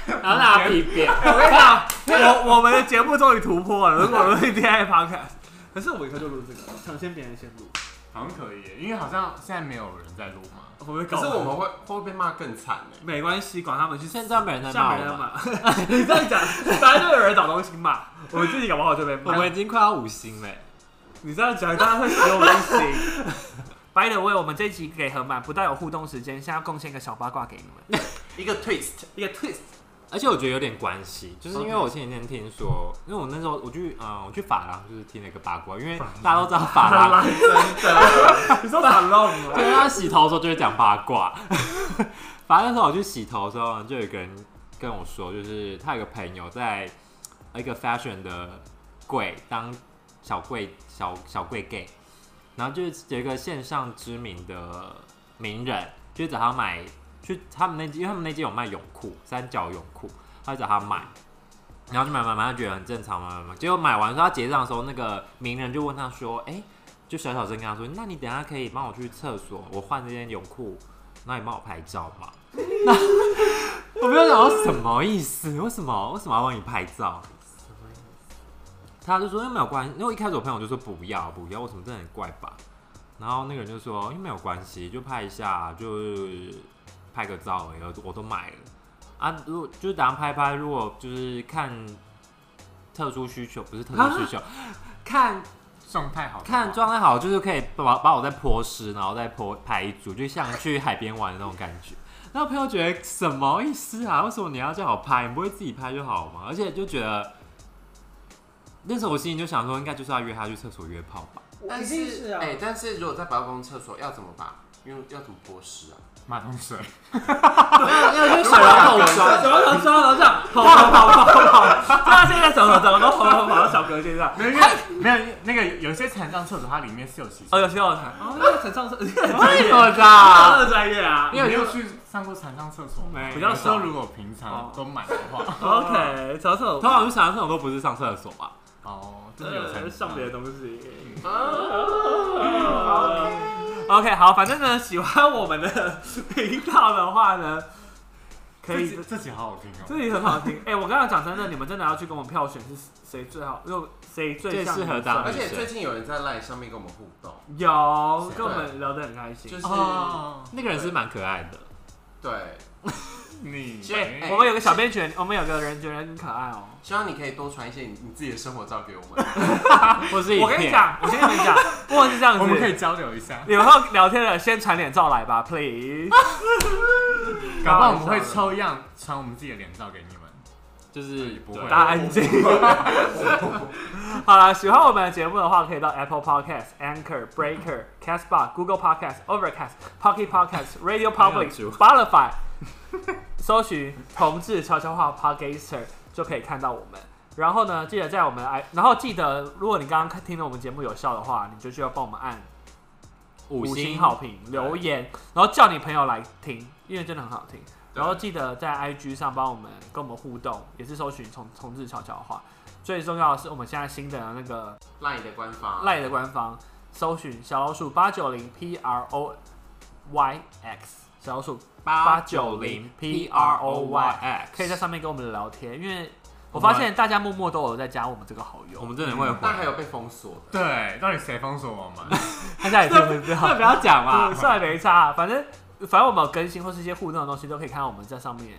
[SPEAKER 2] 然后拿皮鞭。
[SPEAKER 1] 我跟你讲，我我们的节目终于突破了，如果录恋爱 podcast，可是我以后就录这个，抢先别人先录，
[SPEAKER 3] 好像可以耶，因为好像现在没有人在录嘛。
[SPEAKER 1] 我会搞混。
[SPEAKER 4] 可是我们会会被骂更惨呢。
[SPEAKER 1] 没关系，管他们去
[SPEAKER 2] 现在没人在
[SPEAKER 1] 下
[SPEAKER 2] 骂
[SPEAKER 1] 面
[SPEAKER 2] 我
[SPEAKER 1] 人
[SPEAKER 2] 们，
[SPEAKER 1] 骂， 你这样讲，反正就有人找东西骂，我们自己搞不好就被
[SPEAKER 2] 我
[SPEAKER 1] 骂。
[SPEAKER 2] 们已经快要五星了。欸
[SPEAKER 1] 你这样讲，大家会使用东西。By the way，我们这集给很满，不但有互动时间，现在要贡献一个小八卦给你们，
[SPEAKER 4] 欸一个 twist，
[SPEAKER 1] 一个 twist。
[SPEAKER 2] 而且我觉得有点关系，就是因为我前几天听说，因为我那时候我去嗯、我去法郎就是听了一个八卦，因为大家都知道法郎，
[SPEAKER 4] 真的，
[SPEAKER 1] 你说打漏吗？
[SPEAKER 2] 对，他洗头的时候就会讲八卦。 反正那时候我去洗头的时候，就有一个人跟我说，就是他有个朋友在一个 fashion 的柜当小柜小小柜 gay，然后就是有一个线上知名的名人，就找他买去他们那间，因为他们那间有卖泳裤，三角泳裤，他就找他买。然后就买买买，他觉得很正常嘛，买买买。结果买完之后，他结账的时候，那个名人就问他说：“哎、就小小声跟他说：“那你等一下可以帮我去厕所，我换这件泳裤，那你帮我拍照吗？”那我没有想到什么意思，为什么为什么要帮你拍照？他就说因为没有关系，因为一开始我朋友就说不要不要，为什么真的很怪吧？然后那个人就说因为没有关系，就拍一下，就是拍个照而已，我都买了啊。如果就是打算拍拍，如果就是看特殊需求，不是特殊需求，看
[SPEAKER 3] 状态好，
[SPEAKER 2] 看状态好，就是可以把把我再泼湿，然后再泼拍一组，就像去海边玩的那种感觉。然后朋友觉得什么意思啊？为什么你要叫我拍？你不会自己拍就好吗？而且就觉得那时候我心里就想说，应该就是要约他去厕所约炮吧。
[SPEAKER 4] 但
[SPEAKER 1] 一定是啊
[SPEAKER 4] 哎，但是如果在百货公司厕所要怎么办？因为要怎么剥食啊？
[SPEAKER 3] 马桶水，
[SPEAKER 1] 因为就是手摇桶装，手摇桶装，然后这样跑跑跑跑跑，他现在走了走了，都跑跑跑到小哥先生。
[SPEAKER 3] 没有因为没有那个有些残障厕所它里面是有洗手
[SPEAKER 2] 呃
[SPEAKER 1] 哦，有些我才，哦，那个才上车，你很专业，
[SPEAKER 3] 所的
[SPEAKER 1] 他
[SPEAKER 3] 啊。
[SPEAKER 1] 很专业啊。
[SPEAKER 3] 你有去上过残障厕所吗？
[SPEAKER 2] 没
[SPEAKER 1] 比较少
[SPEAKER 3] 有时候如果平常都买的话，
[SPEAKER 1] OK，找厕
[SPEAKER 2] 通常去上厕所都不是上厕所吧？
[SPEAKER 3] 哦，真的有残
[SPEAKER 1] 呃，
[SPEAKER 3] 障
[SPEAKER 1] 上别的东西。
[SPEAKER 4] 啊
[SPEAKER 1] OK，好，反正呢，喜欢我们的频道的话呢，可以
[SPEAKER 3] 这集这集好好听哦。
[SPEAKER 1] 这里很好听。 哎、我刚刚讲真的，你们真的要去跟我们票选是谁最好，又谁最
[SPEAKER 2] 最
[SPEAKER 1] 像
[SPEAKER 2] 适合
[SPEAKER 1] 女
[SPEAKER 2] 当
[SPEAKER 1] 生
[SPEAKER 4] 而且最近有人在 LINE 上面跟我们互动，
[SPEAKER 1] 有跟我们聊得很开心。
[SPEAKER 4] 就是
[SPEAKER 3] 哦，
[SPEAKER 2] 那个人是蛮可爱的，
[SPEAKER 4] 对，
[SPEAKER 3] 你
[SPEAKER 4] 所以
[SPEAKER 1] 哎我们有个小编群，我们有个人觉得很可爱哦。
[SPEAKER 4] 希望你可以多传一些你你自己的生活照给我们。
[SPEAKER 2] 或是影
[SPEAKER 1] 我跟你
[SPEAKER 2] 片，
[SPEAKER 1] 讲，我先跟你讲，不管是这样
[SPEAKER 3] 我们可
[SPEAKER 1] 子，
[SPEAKER 3] 以交流一下，
[SPEAKER 1] 以后聊天了先传脸照来吧，please。
[SPEAKER 3] 搞不好我们会抽样传我们自己的脸照给你们。
[SPEAKER 2] 就是
[SPEAKER 3] 不会
[SPEAKER 2] 对
[SPEAKER 1] 大家安静。好了，喜欢我们的节目的话，可以到 Apple Podcast、Anchor、Breaker、Castbox、Google Podcast、Overcast、Pocket Podcast、Radio Public、
[SPEAKER 2] 主
[SPEAKER 1] Spotify 搜寻“同志悄悄话 Podcaster” 就可以看到我们。然后呢，记得在我们 i，然后记得，如果你刚刚听了我们节目有效的话，你就需要帮我们按
[SPEAKER 2] 五
[SPEAKER 1] 五星
[SPEAKER 2] 星
[SPEAKER 1] 好评、留言，然后叫你朋友来听，因为真的很好听。然后记得在 IG 上帮我们跟我们互动，也是搜寻重重置悄悄话。最重要的是，我们现在新的那个
[SPEAKER 4] LINE 的官方，啊
[SPEAKER 1] 赖的官方搜寻小老鼠八九零 P R O Y X 小老鼠，
[SPEAKER 2] 八九零 P R O Y X，
[SPEAKER 1] 可以在上面跟我们聊天，因为我发现大家默默都有在加我们这个好友，
[SPEAKER 2] 我们真的会
[SPEAKER 4] 但还
[SPEAKER 2] 回，
[SPEAKER 4] 有被封锁的。
[SPEAKER 3] 对，到底谁封锁我们？
[SPEAKER 1] 大家也听不
[SPEAKER 2] 这
[SPEAKER 1] 到，
[SPEAKER 2] 不要讲嘛
[SPEAKER 1] 嗯，算了没差，反正反正我们有更新或是一些互动的东西，都可以看到我们在上面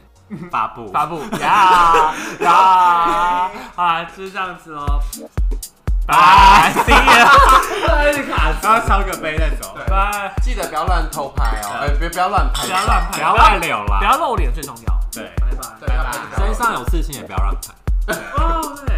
[SPEAKER 2] 发布
[SPEAKER 1] 发布呀呀，好啦，就是这样子喽，拜，see you。
[SPEAKER 3] 然后烧个杯再走。
[SPEAKER 4] 对，
[SPEAKER 1] 拜，
[SPEAKER 4] 记得不要乱偷拍哦，哎，别不要乱拍，
[SPEAKER 1] 不要乱
[SPEAKER 2] 不
[SPEAKER 1] 拍，
[SPEAKER 2] 要外流
[SPEAKER 1] 不
[SPEAKER 2] 啦，
[SPEAKER 1] 要露脸最重要。
[SPEAKER 3] 对。
[SPEAKER 1] 拜拜。
[SPEAKER 4] 对，要不然就不要
[SPEAKER 2] 身
[SPEAKER 4] 乱
[SPEAKER 2] 上有刺青也不要乱拍。
[SPEAKER 1] 哦，对。